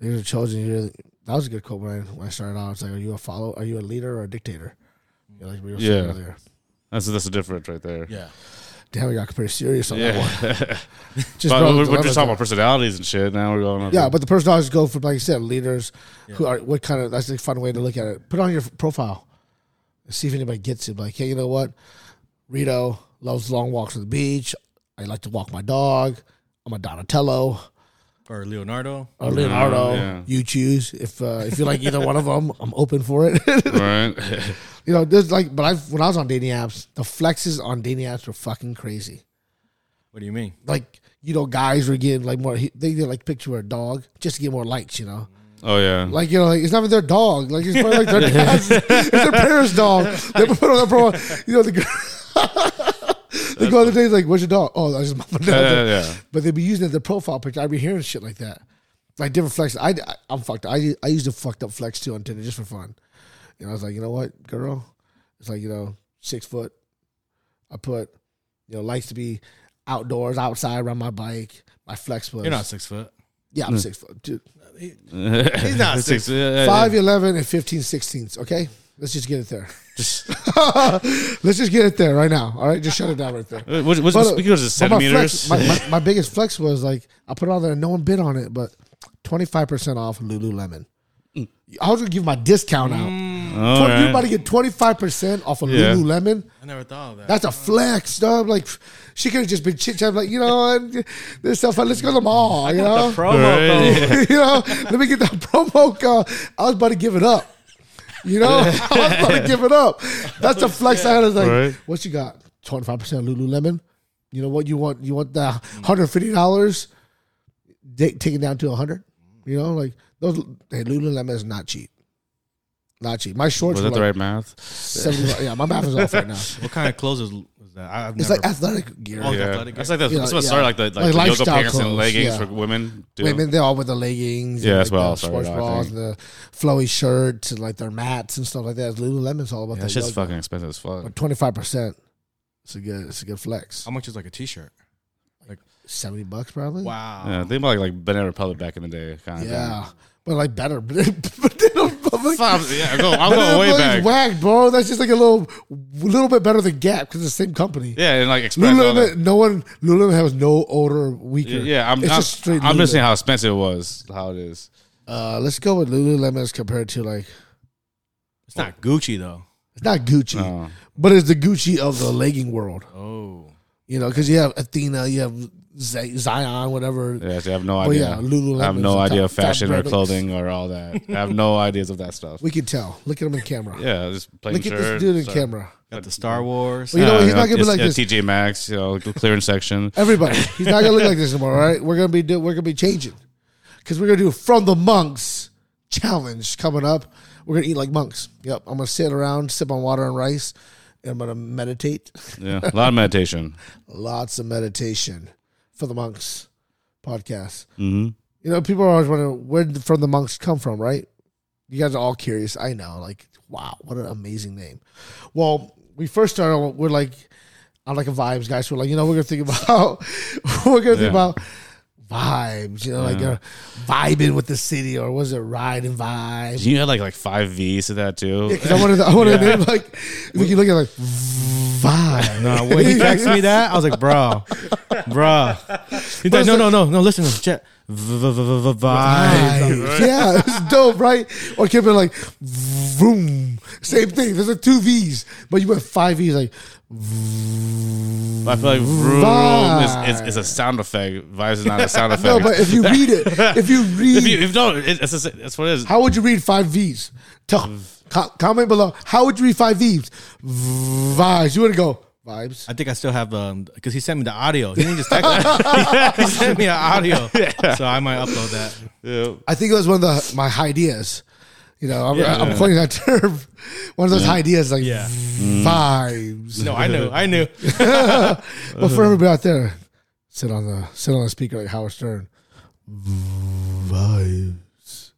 Speaker 2: Leaders are chosen. You're the- that was a good quote when I, when I started out. It's like, are you a follow? Are you a leader or a dictator? You know, like we were saying
Speaker 1: Yeah.
Speaker 2: earlier.
Speaker 1: That's that's the difference right there.
Speaker 3: Yeah.
Speaker 2: Damn, we got pretty serious on that one.
Speaker 1: Yeah,
Speaker 2: Just
Speaker 1: but
Speaker 2: brought
Speaker 1: we're,
Speaker 2: the
Speaker 1: we're just
Speaker 2: other-
Speaker 1: talking about personalities and shit. Now we're going. on-
Speaker 2: Yeah, but the person always go for like you said, leaders who are what kind of that's a fun way to look at it. Put it on your profile. and See if anybody gets it. Like, hey, you know what? Rito loves long walks on the beach. I like to walk my dog. I'm a Donatello
Speaker 3: Or Leonardo.
Speaker 2: or Leonardo.
Speaker 1: yeah.
Speaker 2: You choose if uh, if you like either one of them. I'm open for it.
Speaker 1: right.
Speaker 2: you know, there's like, but I when I was on dating apps, the flexes on dating apps were fucking crazy.
Speaker 3: What do you mean?
Speaker 2: Like, you know, guys were getting like more. They did like picture of a dog just to get more likes. You know.
Speaker 1: oh yeah.
Speaker 2: Like you know, like it's not even their dog. Like it's probably like their dad's, it's their parents' dog. They put it on their profile. You know, the girl- they go on the days like, "Where's your dog?" Oh, that's just my dog.
Speaker 1: Yeah, yeah, yeah.
Speaker 2: But they be using it as their profile picture. I be hearing shit like that, like different flex. I I'm fucked. up. I I used to fucked up flex too on Tinder just for fun. You know, I was like, you know what, girl, it's like you know, six foot. I put, you know, likes to be outdoors, outside, ride my bike. My flex was
Speaker 3: You're not mm. six foot.
Speaker 2: yeah, I'm six foot, dude.
Speaker 1: He's
Speaker 3: not six.
Speaker 1: yeah, yeah,
Speaker 2: Five, eleven, and fifteen sixteenths. Okay, let's just get it there. let's just get it there right now. All right, just shut it down right there.
Speaker 1: yeah. What, what's,
Speaker 2: But, uh,
Speaker 1: speaking of
Speaker 2: But my,
Speaker 1: centimeters,
Speaker 2: flex, my, my, my biggest flex was like I put it on there, and no one bid on it, but twenty five percent off Lululemon.
Speaker 1: Mm.
Speaker 2: I was gonna give my discount out.
Speaker 1: All
Speaker 2: Twen- You're
Speaker 1: right.
Speaker 2: about to get twenty five percent off of
Speaker 1: Mm. Yeah.
Speaker 2: Lululemon.
Speaker 3: I never thought of that.
Speaker 2: That's a flex, dog. Like she could have just been chit chat, like you know, and this stuff. uh, Let's go to the mall. You know,
Speaker 1: Right.
Speaker 3: code.
Speaker 2: you know, let me get that promo code. I was about to give it up. You know, I was about to give it up. That's a flex I had. I was like,
Speaker 1: Right.
Speaker 2: what you got? Twenty five percent Lululemon. You know what you want? You want the hundred fifty dollars taken down to a hundred. You know, like those. Hey, Lululemon is not cheap. Not cheap. My shorts
Speaker 1: was
Speaker 2: were
Speaker 1: that the
Speaker 2: like
Speaker 1: right math?
Speaker 2: seventy. yeah, my math is off right now.
Speaker 3: What kind of clothes is, is that? I- I've
Speaker 2: It's
Speaker 3: never.
Speaker 2: like athletic gear.
Speaker 3: Oh,
Speaker 1: Yeah,
Speaker 3: athletic
Speaker 1: that's like the,
Speaker 2: Yeah,
Speaker 1: that's what
Speaker 2: yeah.
Speaker 1: started like the
Speaker 2: Like
Speaker 1: like, the yoga
Speaker 2: lifestyle
Speaker 1: pants
Speaker 2: clothes,
Speaker 1: and leggings
Speaker 2: yeah.
Speaker 1: for women. Dude.
Speaker 2: Women, they're all with the leggings.
Speaker 1: Yeah,
Speaker 2: and
Speaker 1: that's
Speaker 2: like
Speaker 1: what I
Speaker 2: the
Speaker 1: was talking
Speaker 2: Sports
Speaker 1: about, I
Speaker 2: bras and the flowy shirts and like their mats and stuff like that. Lululemon's all about
Speaker 1: that
Speaker 2: that.
Speaker 1: shit's fucking expensive as fuck. Um,
Speaker 2: Twenty five percent. It's a good. It's a good flex.
Speaker 3: How much is like a t-shirt? Like
Speaker 2: seventy bucks probably.
Speaker 3: Wow.
Speaker 1: Yeah, think about like, like Banana Republic back in the day, kind of.
Speaker 2: Yeah, but like better. but then public,
Speaker 1: yeah, I'll go, I'll go way back.
Speaker 2: Whack, bro. That's just like a little, little bit better than Gap because it's the same company.
Speaker 1: Yeah, and like Express. all that.
Speaker 2: Lululemon, no one. Lululemon has no odor weaker.
Speaker 1: Yeah, I'm.
Speaker 2: it's
Speaker 1: I'm,
Speaker 2: just straight.
Speaker 1: I'm just
Speaker 2: Lululemon.
Speaker 1: saying how expensive it was, how it is.
Speaker 2: Uh, let's go with Lululemon as compared to like
Speaker 3: It's not Gucci though.
Speaker 2: it's not Gucci,
Speaker 1: Oh.
Speaker 2: but it's the Gucci of the legging world.
Speaker 3: Oh.
Speaker 2: You know, because you have Athena, you have Z- Zion, whatever.
Speaker 1: Yeah, actually, I have no
Speaker 2: But
Speaker 1: idea.
Speaker 2: yeah, Lululemon's
Speaker 1: I have
Speaker 2: the
Speaker 1: no idea
Speaker 2: top-
Speaker 1: of fashion or
Speaker 2: top brands.
Speaker 1: clothing or all that. I have no ideas of that stuff.
Speaker 2: We can tell. Look at him in camera.
Speaker 1: Yeah, just plain
Speaker 2: Look at
Speaker 1: shirt.
Speaker 2: this dude in
Speaker 1: so-
Speaker 2: camera.
Speaker 3: Got the Star Wars.
Speaker 2: Well, you know what? He's
Speaker 1: Uh,
Speaker 2: not gonna be
Speaker 1: it's-
Speaker 2: like
Speaker 1: it's
Speaker 2: this.
Speaker 1: TJ Maxx, you know, clearance section.
Speaker 2: Everybody, he's not gonna look like this anymore. All right, we're gonna be do, we're gonna be changing because we're gonna do from the monks challenge coming up. We're gonna eat like monks. Yep, I'm gonna sit around, sip on water and rice, and I'm gonna meditate.
Speaker 1: Yeah, a lot of meditation.
Speaker 2: Lots of meditation for the monks podcast. Mm-hmm. You know, people are always wondering where did from the monks come from, right? You guys are all curious. I know. Like, wow, what an amazing name. Well, we first started. We're like, I'm like a vibes guy. So we're like, you know, we're gonna think about we're gonna
Speaker 1: Yeah.
Speaker 2: think about vibes. You know, like uh, vibing with the city, or was it riding vibes?
Speaker 1: You had like like five V's to that too.
Speaker 2: Because I wanted, to, I wanted to name like if you look at like vibe.
Speaker 3: No, when he texted me that, I was like, bro, bro. He's like, no, no, no, no. Listen, check. Vibe.
Speaker 2: Vibes. Yeah, it's dope, right? Or it could have been like vroom. Same thing. There's like two V's, but you went five V's like
Speaker 1: I feel like vroom is, is, is a sound effect. Vibes is not a sound effect.
Speaker 2: No, but if you read it, if you read
Speaker 1: if you if no, it, it's just, that's what it is.
Speaker 2: how would you read five V's? Tell
Speaker 3: Mm.
Speaker 2: co- comment below. How would you read five V's? Vibes. You would go vibes.
Speaker 3: I think I still have um because he sent me the audio. He didn't just text me. he sent me an audio, so I might upload that.
Speaker 1: Yeah.
Speaker 2: I think it was one of the my ideas. You know, I'm, I'm coining that term. One of those ideas like
Speaker 3: Yeah.
Speaker 2: vibes.
Speaker 3: No, I knew, I knew.
Speaker 2: But for everybody out there, sit on the sit on the speaker like Howard Stern. Vibes.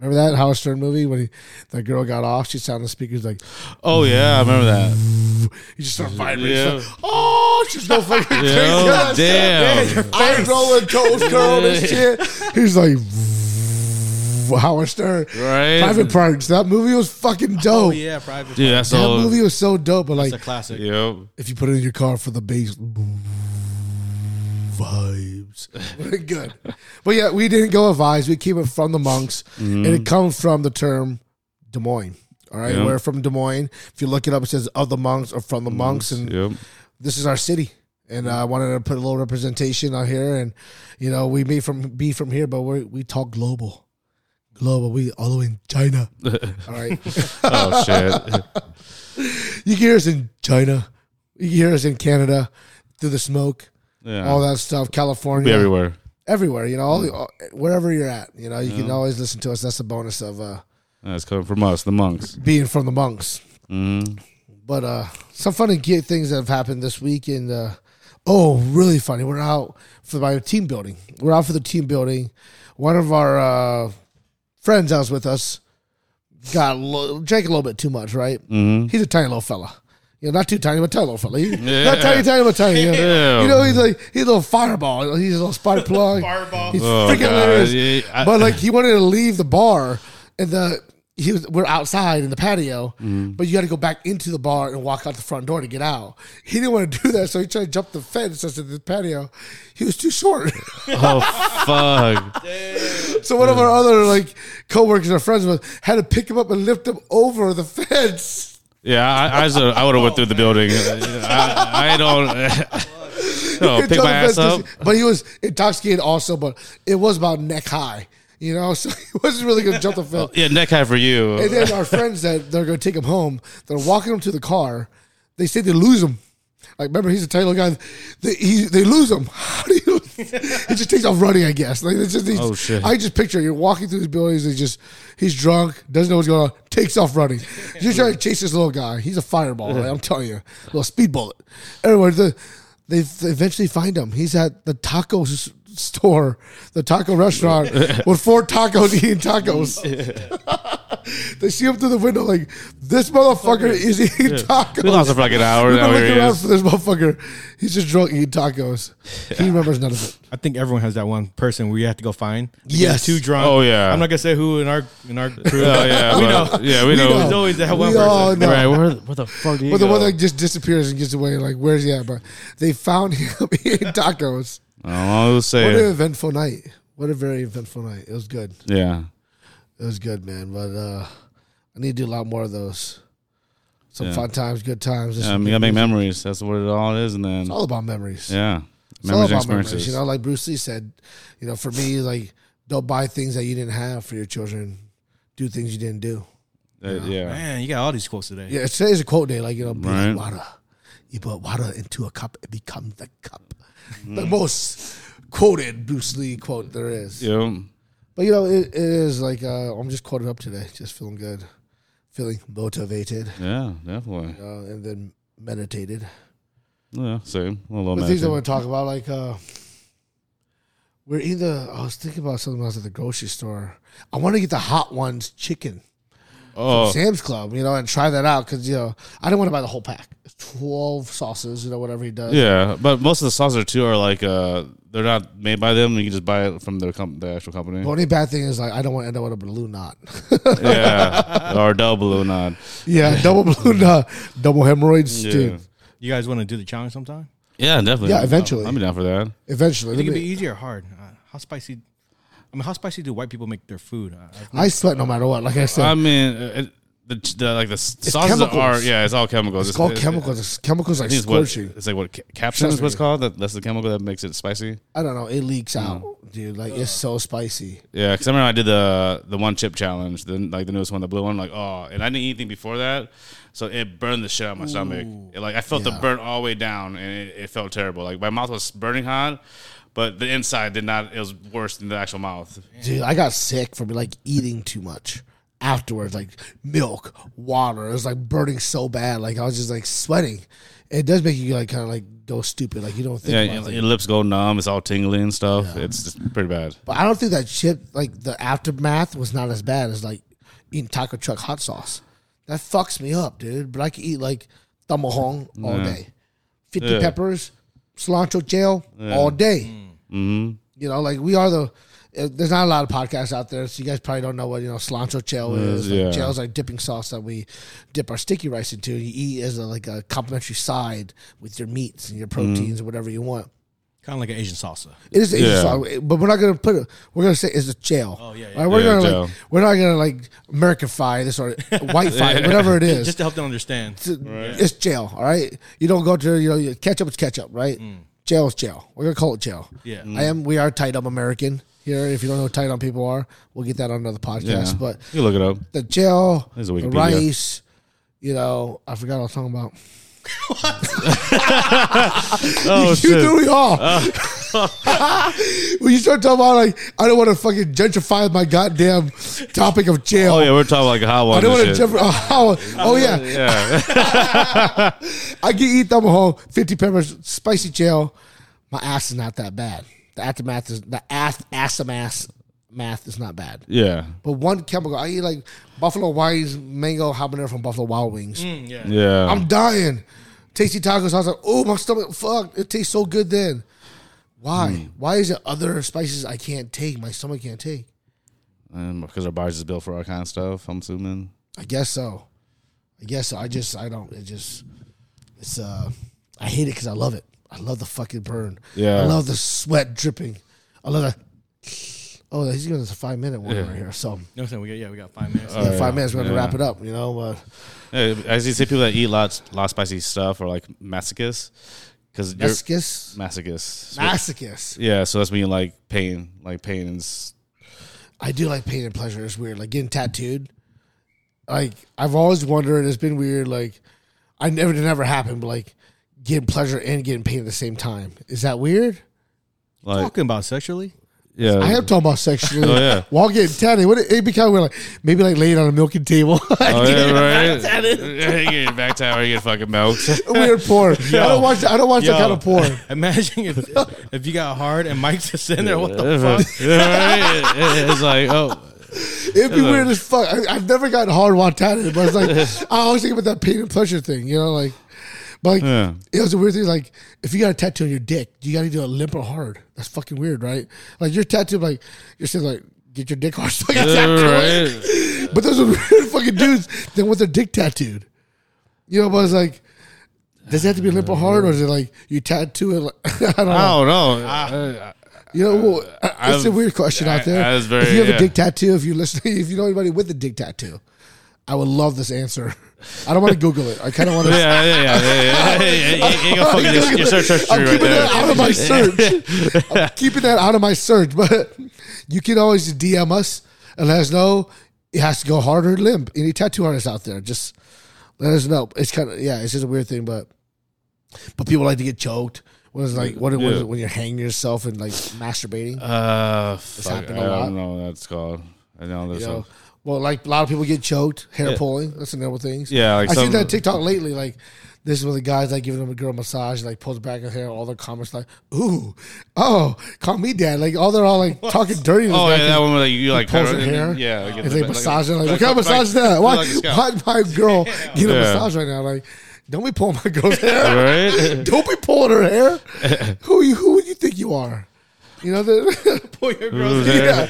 Speaker 2: Remember that Howard Stern movie when he, that girl got off? She sat on the speakers like
Speaker 1: Oh yeah, I remember that.
Speaker 2: you just start vibrating.
Speaker 1: Yeah.
Speaker 2: She's like, oh, she's no fucking crazy.
Speaker 1: Yeah, damn.
Speaker 2: Eyes rolling, toes curled and shit. He's like Howard Stern.
Speaker 1: Right.
Speaker 2: Private Parts. That movie was fucking dope.
Speaker 3: Oh yeah, private.
Speaker 1: Dude, that's
Speaker 2: That
Speaker 1: all.
Speaker 2: movie was so dope. But like,
Speaker 3: It's a classic.
Speaker 1: Yep.
Speaker 2: if you put it in your car for the bass vibes good but yeah we didn't go with vibes we keep it from the monks and it comes from the term des moines all right
Speaker 1: Yeah.
Speaker 2: we're from des moines if you look it up it says of the monks or from the monks and
Speaker 1: Yep.
Speaker 2: this is our city and uh, i wanted to put a little representation out here and you know we may from be from here but we we talk global global we all the way in china all right
Speaker 1: Oh shit.
Speaker 2: you can hear us in china you can hear us in canada through the smoke
Speaker 1: Yeah.
Speaker 2: all that stuff. California,
Speaker 1: be everywhere.
Speaker 2: everywhere. You know, all, all, wherever you're at, you know, you can always listen to us. That's the bonus of uh,
Speaker 1: That's coming from us, the monks.
Speaker 2: being from the monks.
Speaker 1: Mm.
Speaker 2: But uh, some funny ge- things that have happened this week, and uh, oh, really funny. We're out for my team building. We're out for the team building. One of our uh, friends that was with us got a little- drank a little bit too much. Right? Mm-hmm. He's a tiny little fella. You know, not too tiny, but tiny little fella. He, Not tiny, tiny, but tiny. You know,
Speaker 1: Ew.
Speaker 2: You know, he's like he's a little fireball. He's a little spark plug. fireball. He's
Speaker 1: Oh,
Speaker 2: freaking
Speaker 1: God.
Speaker 2: hilarious
Speaker 1: Yeah, I-
Speaker 2: but like he wanted to leave the bar and the he was we're outside in the patio, but you had to go back into the bar and walk out the front door to get out. He didn't want to do that, so he tried to jump the fence that's in the patio. He was too short.
Speaker 1: oh fuck.
Speaker 2: so one of our other like coworkers or friends was had to pick him up and lift him over the fence.
Speaker 1: Yeah, I I, just- I would have went through the building. I, I don't. no,
Speaker 2: Couldn't
Speaker 1: Oh, pick
Speaker 2: jump
Speaker 1: my
Speaker 2: the
Speaker 1: ass up.
Speaker 2: fence. But he was intoxicated also, but it was about neck high, you know, so he wasn't really gonna jump the fence.
Speaker 1: Yeah, neck high for you.
Speaker 2: And then our friends that they're going to take him home, they're walking him to the car. They say they lose him. Like, remember, he's a tiny little guy. They, he, they lose him. How do you? he just takes off running, I guess. Like, it's just, he's-
Speaker 1: Oh, shit.
Speaker 2: I just picture you're walking through these buildings and just, he's drunk, doesn't know what's going on, takes off running. You're trying to chase this little guy. He's a fireball, right? I'm telling you. Little speed bullet. Anyway, the, they f- eventually find him. He's at the taco s- store, the taco restaurant with four tacos eating tacos. They see him through the window like this motherfucker is eating tacos.
Speaker 1: We lost him for like an hour.
Speaker 2: We've been
Speaker 1: Now here
Speaker 2: looking
Speaker 1: he
Speaker 2: around
Speaker 1: is.
Speaker 2: for this motherfucker. He's just drunk eating tacos. He remembers none of it.
Speaker 3: I think everyone has that one person where you have to go find. You get
Speaker 2: Yes.
Speaker 3: too drunk.
Speaker 1: Oh, yeah.
Speaker 3: I'm not gonna say who in our in our crew.
Speaker 1: Oh yeah,
Speaker 3: we
Speaker 1: but-
Speaker 3: know.
Speaker 1: Yeah, we know.
Speaker 3: know. always that one
Speaker 2: We all
Speaker 3: person.
Speaker 2: know.
Speaker 1: Right, where, where the fuck do you
Speaker 2: But the
Speaker 1: go?
Speaker 2: one that just disappears and gets away, like where's he at? But they found him eating tacos.
Speaker 1: I was
Speaker 2: What an
Speaker 1: saying,
Speaker 2: eventful night. What a very eventful night. It was good.
Speaker 1: yeah.
Speaker 2: It was good, man. But uh I need to do a lot more of those. Some
Speaker 1: Yeah.
Speaker 2: fun times, good times. This
Speaker 1: Um,
Speaker 2: was
Speaker 1: you gotta
Speaker 2: good.
Speaker 1: make memories. That's what it all is, and
Speaker 2: It's
Speaker 1: then
Speaker 2: all about memories.
Speaker 1: yeah,
Speaker 2: It's all
Speaker 1: memories and
Speaker 2: about memories.
Speaker 1: experiences.
Speaker 2: You know, like Bruce Lee said, you know, for me, like don't buy things that you didn't have for your children. Do things you didn't do.
Speaker 1: Uh, yeah,
Speaker 3: Man, you got all these quotes today.
Speaker 2: Yeah, today's a quote day. Like you know, be
Speaker 1: Right.
Speaker 2: like water. You put water into a cup, it becomes the cup. The most quoted Bruce Lee quote there is.
Speaker 1: yeah.
Speaker 2: But you know, it, it is like uh, I'm just quoted up today, just feeling good, feeling motivated,
Speaker 1: Yeah, definitely.
Speaker 2: uh, and then meditated.
Speaker 1: Yeah, same. A little
Speaker 2: But things I
Speaker 1: magic.
Speaker 2: want to talk about, like uh, we're either. I was thinking about something else at the grocery store. I want to get the hot ones chicken.
Speaker 1: Oh,
Speaker 2: Sam's Club, you know, and try that out because you know I didn't want to buy the whole pack. It's Twelve sauces, you know, whatever he does.
Speaker 1: yeah. But most of the sauces too are like uh, they're not made by them. You can just buy it from their com- the actual
Speaker 2: The
Speaker 1: company.
Speaker 2: only bad thing is like I don't want to end up with a blue knot.
Speaker 1: yeah, or double or not.
Speaker 2: yeah, double blue knot, double hemorrhoids,
Speaker 1: Yeah.
Speaker 2: dude.
Speaker 3: You guys want to do the challenge sometime?
Speaker 1: Yeah, definitely.
Speaker 2: Yeah, eventually.
Speaker 1: I'm down for that.
Speaker 2: Eventually,
Speaker 3: I think
Speaker 2: let
Speaker 3: it'd be
Speaker 2: me-
Speaker 3: easy or hard. Uh, how spicy? I mean, how spicy do white people make their food? Uh, I, I've
Speaker 2: I sweat no matter what. Like I said,
Speaker 1: I mean, uh, it, the, the like the s- sauces
Speaker 2: chemicals.
Speaker 1: are yeah, it's all chemicals.
Speaker 2: it's called chemicals. It's chemicals
Speaker 1: I
Speaker 2: like
Speaker 1: think it's what
Speaker 2: scorching.
Speaker 1: it's like what ca- capsaicin is what's
Speaker 2: Sesame.
Speaker 1: called. That, that's the chemical that makes it spicy.
Speaker 2: I don't know. It
Speaker 1: Hmm.
Speaker 2: leaks out, dude. Like it's
Speaker 1: Uh.
Speaker 2: so spicy.
Speaker 1: Yeah, because I remember I did the the one chip challenge, the like the newest one, the blue one. Like, oh, and I didn't eat anything before that, so it burned the shit out of my stomach. It, like I felt the burn all the way down, and it, it felt terrible. Like my mouth was burning hot, but the inside did not. It was worse than the actual mouth.
Speaker 2: Dude, I got sick from like eating too much afterwards, like milk, water. It was like burning so bad. Like I was just like sweating. It does make you like kind of like go stupid. Like you don't think
Speaker 1: Yeah,
Speaker 2: about
Speaker 1: your,
Speaker 2: it.
Speaker 1: your lips go numb. It's all tingly and stuff. It's just pretty bad.
Speaker 2: But I don't think that shit, like the aftermath was not as bad as like eating taco truck hot sauce. That fucks me up, dude. But I could eat like tamahong all day. 50
Speaker 1: Yeah.
Speaker 2: peppers, cilantro gel all day. Mm-hmm. You know, like we are the, uh, there's not a lot of podcasts out there, so you guys probably don't know what, you know, cilantro gel is. Like,
Speaker 1: yeah.
Speaker 2: Gel is like dipping sauce that we dip our sticky rice into. You eat as a, like a complimentary side with your meats and your
Speaker 1: Mm.
Speaker 2: proteins or whatever you want.
Speaker 3: kind of like an Asian salsa.
Speaker 2: It is Asian
Speaker 1: Yeah.
Speaker 2: song, eh, but we're not gonna put it. We're gonna say it's a jail.
Speaker 3: Oh, yeah, yeah.
Speaker 2: Right? We're
Speaker 1: Yeah,
Speaker 2: gonna
Speaker 1: jail.
Speaker 2: like we're not gonna like Americanify this or whiteify it, whatever it is.
Speaker 3: Just to help them understand.
Speaker 2: it's, it's jail. All right. You don't go to you know you- ketchup is ketchup, right? Jail is jail. We're gonna call it jail.
Speaker 3: Mm. Yeah.
Speaker 2: I am. We are tight up American here. If you don't know what tight up people are, we'll get that on another
Speaker 1: Yeah,
Speaker 2: podcast. But
Speaker 1: you look it up.
Speaker 2: the jail,
Speaker 1: There's
Speaker 2: the
Speaker 1: a Wikipedia.
Speaker 2: rice, you know, I forgot what I was talking about.
Speaker 1: Oh Uh.
Speaker 2: you threw me off. when you start talking about like, I don't want to fucking gentrify my goddamn topic of jail.
Speaker 1: Oh yeah, we're talking like a hot one.
Speaker 2: I don't want to
Speaker 1: shit.
Speaker 2: jump. Oh, oh yeah,
Speaker 1: Yeah,
Speaker 2: I can eat them whole. Fifty peppers, spicy jail. My ass is not that bad. The aftermath is the ass ass mass math is not bad.
Speaker 1: yeah,
Speaker 2: But one chemical, I eat like Buffalo Wise mango habanero from Buffalo Wild Wings.
Speaker 3: Mm, yeah.
Speaker 1: yeah.
Speaker 2: I'm dying. Tasty tacos. I was like, oh, my stomach, fuck, it tastes so good then. Why?
Speaker 1: Hmm.
Speaker 2: Why is it other spices I can't take? My stomach can't take.
Speaker 1: because our bodies is built for all kind of stuff. I'm assuming.
Speaker 2: I guess so. I guess so. I just, I don't, it just, it's, uh, I hate it because I love it. I love the fucking burn.
Speaker 1: Yeah.
Speaker 2: I love the sweat dripping. I love that. Oh, he's giving us a five minute one right here. So,
Speaker 3: No, so we got yeah, we got five minutes.
Speaker 2: yeah, five minutes, we're going
Speaker 1: Oh,
Speaker 2: to
Speaker 1: Yeah.
Speaker 2: wrap it up, you know? Uh,
Speaker 1: Yeah, I see people that eat lots, lot of spicy stuff are like masochists, because you're
Speaker 2: Masochist.
Speaker 1: masochists.
Speaker 2: Masochist.
Speaker 1: yeah, so that's when you like pain, like pain and s-
Speaker 2: I do like pain and pleasure. It's weird. Like getting tattooed. Like I've always wondered. It's been weird. Like I never it never happened. But like getting pleasure and getting pain at the same time. Is that weird?
Speaker 1: like
Speaker 3: Talking about sexually,
Speaker 1: yeah.
Speaker 2: I am talking about sexually.
Speaker 1: Oh, yeah.
Speaker 2: While getting tattooed, what it, it become weird. Like maybe like laying on a milking table.
Speaker 1: Oh, yeah, right. you get back to how you get fucking milked.
Speaker 2: weird porn. I don't watch. I don't watch that
Speaker 3: Yo.
Speaker 2: kind of porn.
Speaker 3: imagine if if you got hard and Mike's just sitting there. What the
Speaker 1: Yeah,
Speaker 3: fuck?
Speaker 1: right. It- It's like oh,
Speaker 2: It'd be weird as fuck. I, I've never gotten hard while tatted, but it's like I always think about that pain and pleasure thing, you know, like. But like,
Speaker 1: Yeah.
Speaker 2: it was a weird thing. Like, if you got a tattoo on your dick, you got to do a limp or hard. That's fucking weird, right? Like, your tattoo, like, you're saying, like, get your dick hard. Like,
Speaker 1: Right.
Speaker 2: But those are weird fucking dudes that want their dick tattooed. You know, but it's like, does it have to be limp or hard, or is it like you tattoo it? Like, I don't know.
Speaker 1: Oh no!
Speaker 2: Ah.
Speaker 1: Uh,
Speaker 2: You know, well, uh, it's a
Speaker 1: I've-
Speaker 2: weird question out
Speaker 1: I-
Speaker 2: there.
Speaker 1: I was very-
Speaker 2: if you have a
Speaker 1: yeah.
Speaker 2: dick tattoo, if you listen, if you know anybody with a dick tattoo, I would love this answer. I don't want to Google it. I kind of want to.
Speaker 1: yeah, yeah, yeah, yeah, yeah. Hey, hey, hey, You got fucking your- your search
Speaker 2: I'm
Speaker 1: history right
Speaker 2: keeping
Speaker 1: there.
Speaker 2: that out of my search. I'm keeping that out of my search. But you can always DM us and let us know. It has to go hard or limp. Any tattoo artists out there, just let us know. It's kind of yeah, it's just a weird thing, but but people like to get choked. When it's like what, what is
Speaker 1: Yeah.
Speaker 2: it, when you're hanging yourself and like masturbating.
Speaker 1: Uh, fuck, I
Speaker 2: happened a lot.
Speaker 1: don't know what that's called. I know there's
Speaker 2: You
Speaker 1: some.
Speaker 2: know, well, like a lot of people get choked, hair pulling. That's another thing.
Speaker 1: Yeah, like
Speaker 2: I seen
Speaker 1: some-
Speaker 2: that TikTok lately. Like this is where the guys like giving them a girl massage, like pulls back her hair. All the comments like, "Ooh, oh, call me dad." Like all they're all like talking dirty. to this
Speaker 1: Oh
Speaker 2: guy
Speaker 1: yeah, that one where like, you like
Speaker 2: pulls her
Speaker 1: and-
Speaker 2: hair.
Speaker 1: Yeah, like,
Speaker 2: if they
Speaker 1: like-
Speaker 2: massage it, like,
Speaker 1: like-
Speaker 2: look how
Speaker 1: like-
Speaker 2: massage that. Why,
Speaker 1: like a scalp.
Speaker 2: why did my girl get a
Speaker 1: Yeah.
Speaker 2: massage right now? Like, don't be pulling my girl's hair.
Speaker 1: Right?
Speaker 2: Don't be pulling her hair. who you? Who would you think you are? You know the.
Speaker 3: Pull your girls.
Speaker 2: Yeah.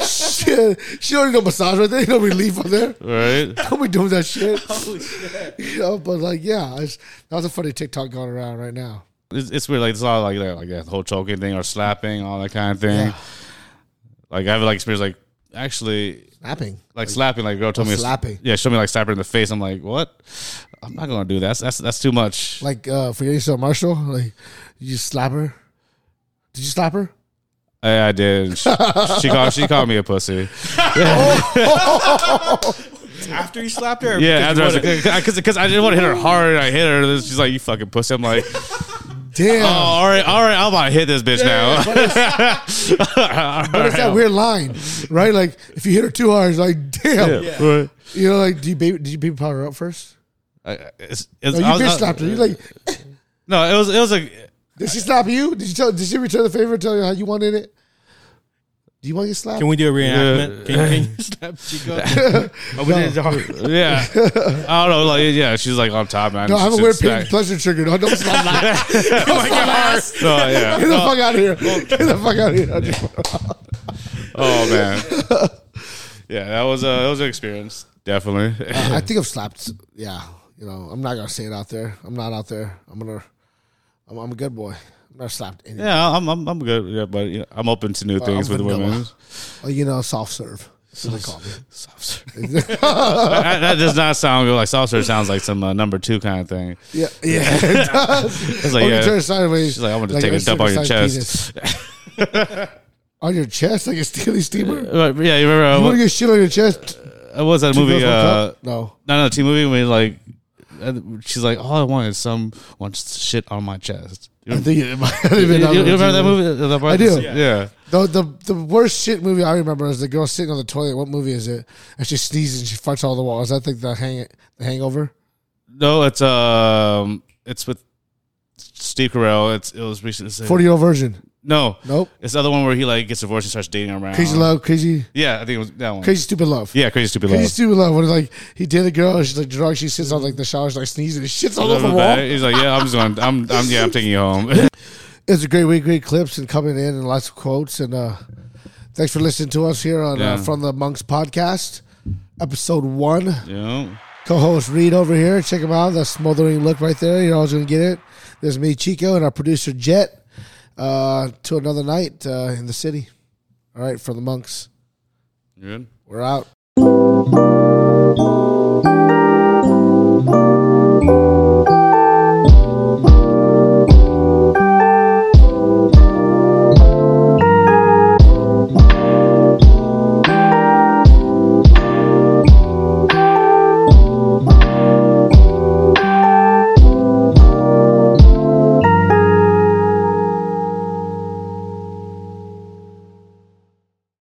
Speaker 2: shit. She don't need no massage right there. Ain't no relief on there.
Speaker 1: Right?
Speaker 2: Don't be doing that shit.
Speaker 3: Holy Oh, shit.
Speaker 2: You know, but like, yeah, it's, that was a funny TikTok going around right now.
Speaker 1: It's, it's weird. Like it's a lot of like that, like that whole choking thing or slapping, all that kind of thing. Like I have like experience like actually
Speaker 2: Snapping.
Speaker 1: like slapping. Like a girl told me
Speaker 2: slapping.
Speaker 1: Yeah, showed me like slap her in the face. I'm like, what? I'm not gonna do that. That's that's, that's too much.
Speaker 2: Like, uh, for yourself, Marshall, like, you slap her. Did you slap her?
Speaker 1: I, I did. She, she called she called me a pussy.
Speaker 3: After you slapped her? or
Speaker 1: Yeah,
Speaker 3: because
Speaker 1: after
Speaker 3: you
Speaker 1: I was
Speaker 3: wanted-
Speaker 1: like, because because I didn't want to hit her hard. I hit her. She's like, you fucking pussy. I'm like.
Speaker 2: Damn.
Speaker 1: Oh, all right, all right. I'm about to hit this bitch now.
Speaker 2: but it's that weird line, right? Like, if you hit her too hard, it's like, damn.
Speaker 1: Right.
Speaker 2: You know, like, do you baby, did you baby powder her up first?
Speaker 1: I- it's- it's-
Speaker 2: No, you
Speaker 1: I was-
Speaker 2: bitch
Speaker 1: I-
Speaker 2: slapped her. You like,
Speaker 1: No, it was it was like
Speaker 2: did she slap you? Did you tell? Did she return the favor? and Tell you how you wanted it? Do you want to get slapped?
Speaker 3: Can we do a reenactment? Can, you, can you slap Chico? oh, we did it hard.
Speaker 1: yeah. I don't know, like yeah, she's like on top man.
Speaker 2: No, I have a
Speaker 1: She's
Speaker 2: weird
Speaker 1: stacked. Oh
Speaker 2: pain pleasure trigger. No, don't slap me.
Speaker 1: No,
Speaker 2: Get the
Speaker 1: Oh, yeah.
Speaker 2: fuck out of here. Get the fuck out of here. I just-
Speaker 1: Oh man. Yeah, that was a that was an experience. Definitely.
Speaker 2: I think I've slapped. Yeah, you know, I'm not gonna say it out there. I'm not out there. I'm gonna. I'm, I'm a good boy. I'm not slapped anyone.
Speaker 1: Yeah, I'm I'm, I'm good. Yeah, but you know, I'm open to new things
Speaker 2: Uh, I'm
Speaker 1: with
Speaker 2: vanilla.
Speaker 1: women.
Speaker 2: Or, You know, soft serve. That's what they call me.
Speaker 1: that, that does not sound good. Like saucer sounds like some uh, number two kind of thing.
Speaker 2: Yeah, yeah. It does.
Speaker 1: It's like
Speaker 2: Or Oh, you
Speaker 1: yeah.
Speaker 2: turn sideways.
Speaker 1: She's like, I want to take a dump on your
Speaker 2: uncircumcised
Speaker 1: chest.
Speaker 2: penis. on your chest, like a steely steamer. You
Speaker 1: Right, yeah, you remember uh,
Speaker 2: want to
Speaker 1: what,
Speaker 2: get shit on your chest?
Speaker 1: what was that movie?
Speaker 2: Girls, one
Speaker 1: Uh,
Speaker 2: cup? no.
Speaker 1: No, no, T movie when like uh, she's like, all I want is some wants shit on my chest. You,
Speaker 2: I think it might have
Speaker 1: you-
Speaker 2: been
Speaker 1: you-
Speaker 2: on
Speaker 1: you
Speaker 2: the
Speaker 1: remember that
Speaker 2: TV.
Speaker 1: movie? Uh, the part-
Speaker 2: I do.
Speaker 1: Yeah.
Speaker 2: The, the the worst shit movie I remember is the girl sitting on the toilet. What movie is it? And she sneezes and she farts all the walls. I think the hang the Hangover.
Speaker 1: No, it's um, it's with Steve Carell. It's it was recent. it's, uh,
Speaker 2: Forty year old version.
Speaker 1: No,
Speaker 2: Nope.
Speaker 1: it's the other one where he like gets divorced and starts dating around.
Speaker 2: Crazy love, crazy,
Speaker 1: Yeah, I think it was that one.
Speaker 2: crazy stupid love.
Speaker 1: Yeah, crazy stupid
Speaker 2: Crazy
Speaker 1: love.
Speaker 2: stupid love. When like he did a girl, and she's like drunk. She sits on like the shower, she's like sneezing, and shits all over the wall.
Speaker 1: He's like, yeah, I'm just going. I'm, I'm, yeah, I'm taking you home.
Speaker 2: It's a great week, great clips and coming in and lots of quotes and uh thanks for listening to us here on uh,
Speaker 1: Yeah.
Speaker 2: from the monks podcast, episode one.
Speaker 1: you know,
Speaker 2: co-host Reed over here. Check him out. That smothering look right there. You're always gonna get it. There's me, Chico, and our producer Jet. Uh, to another night uh, in the city. All right, for the monks,
Speaker 1: you good.
Speaker 2: we're out.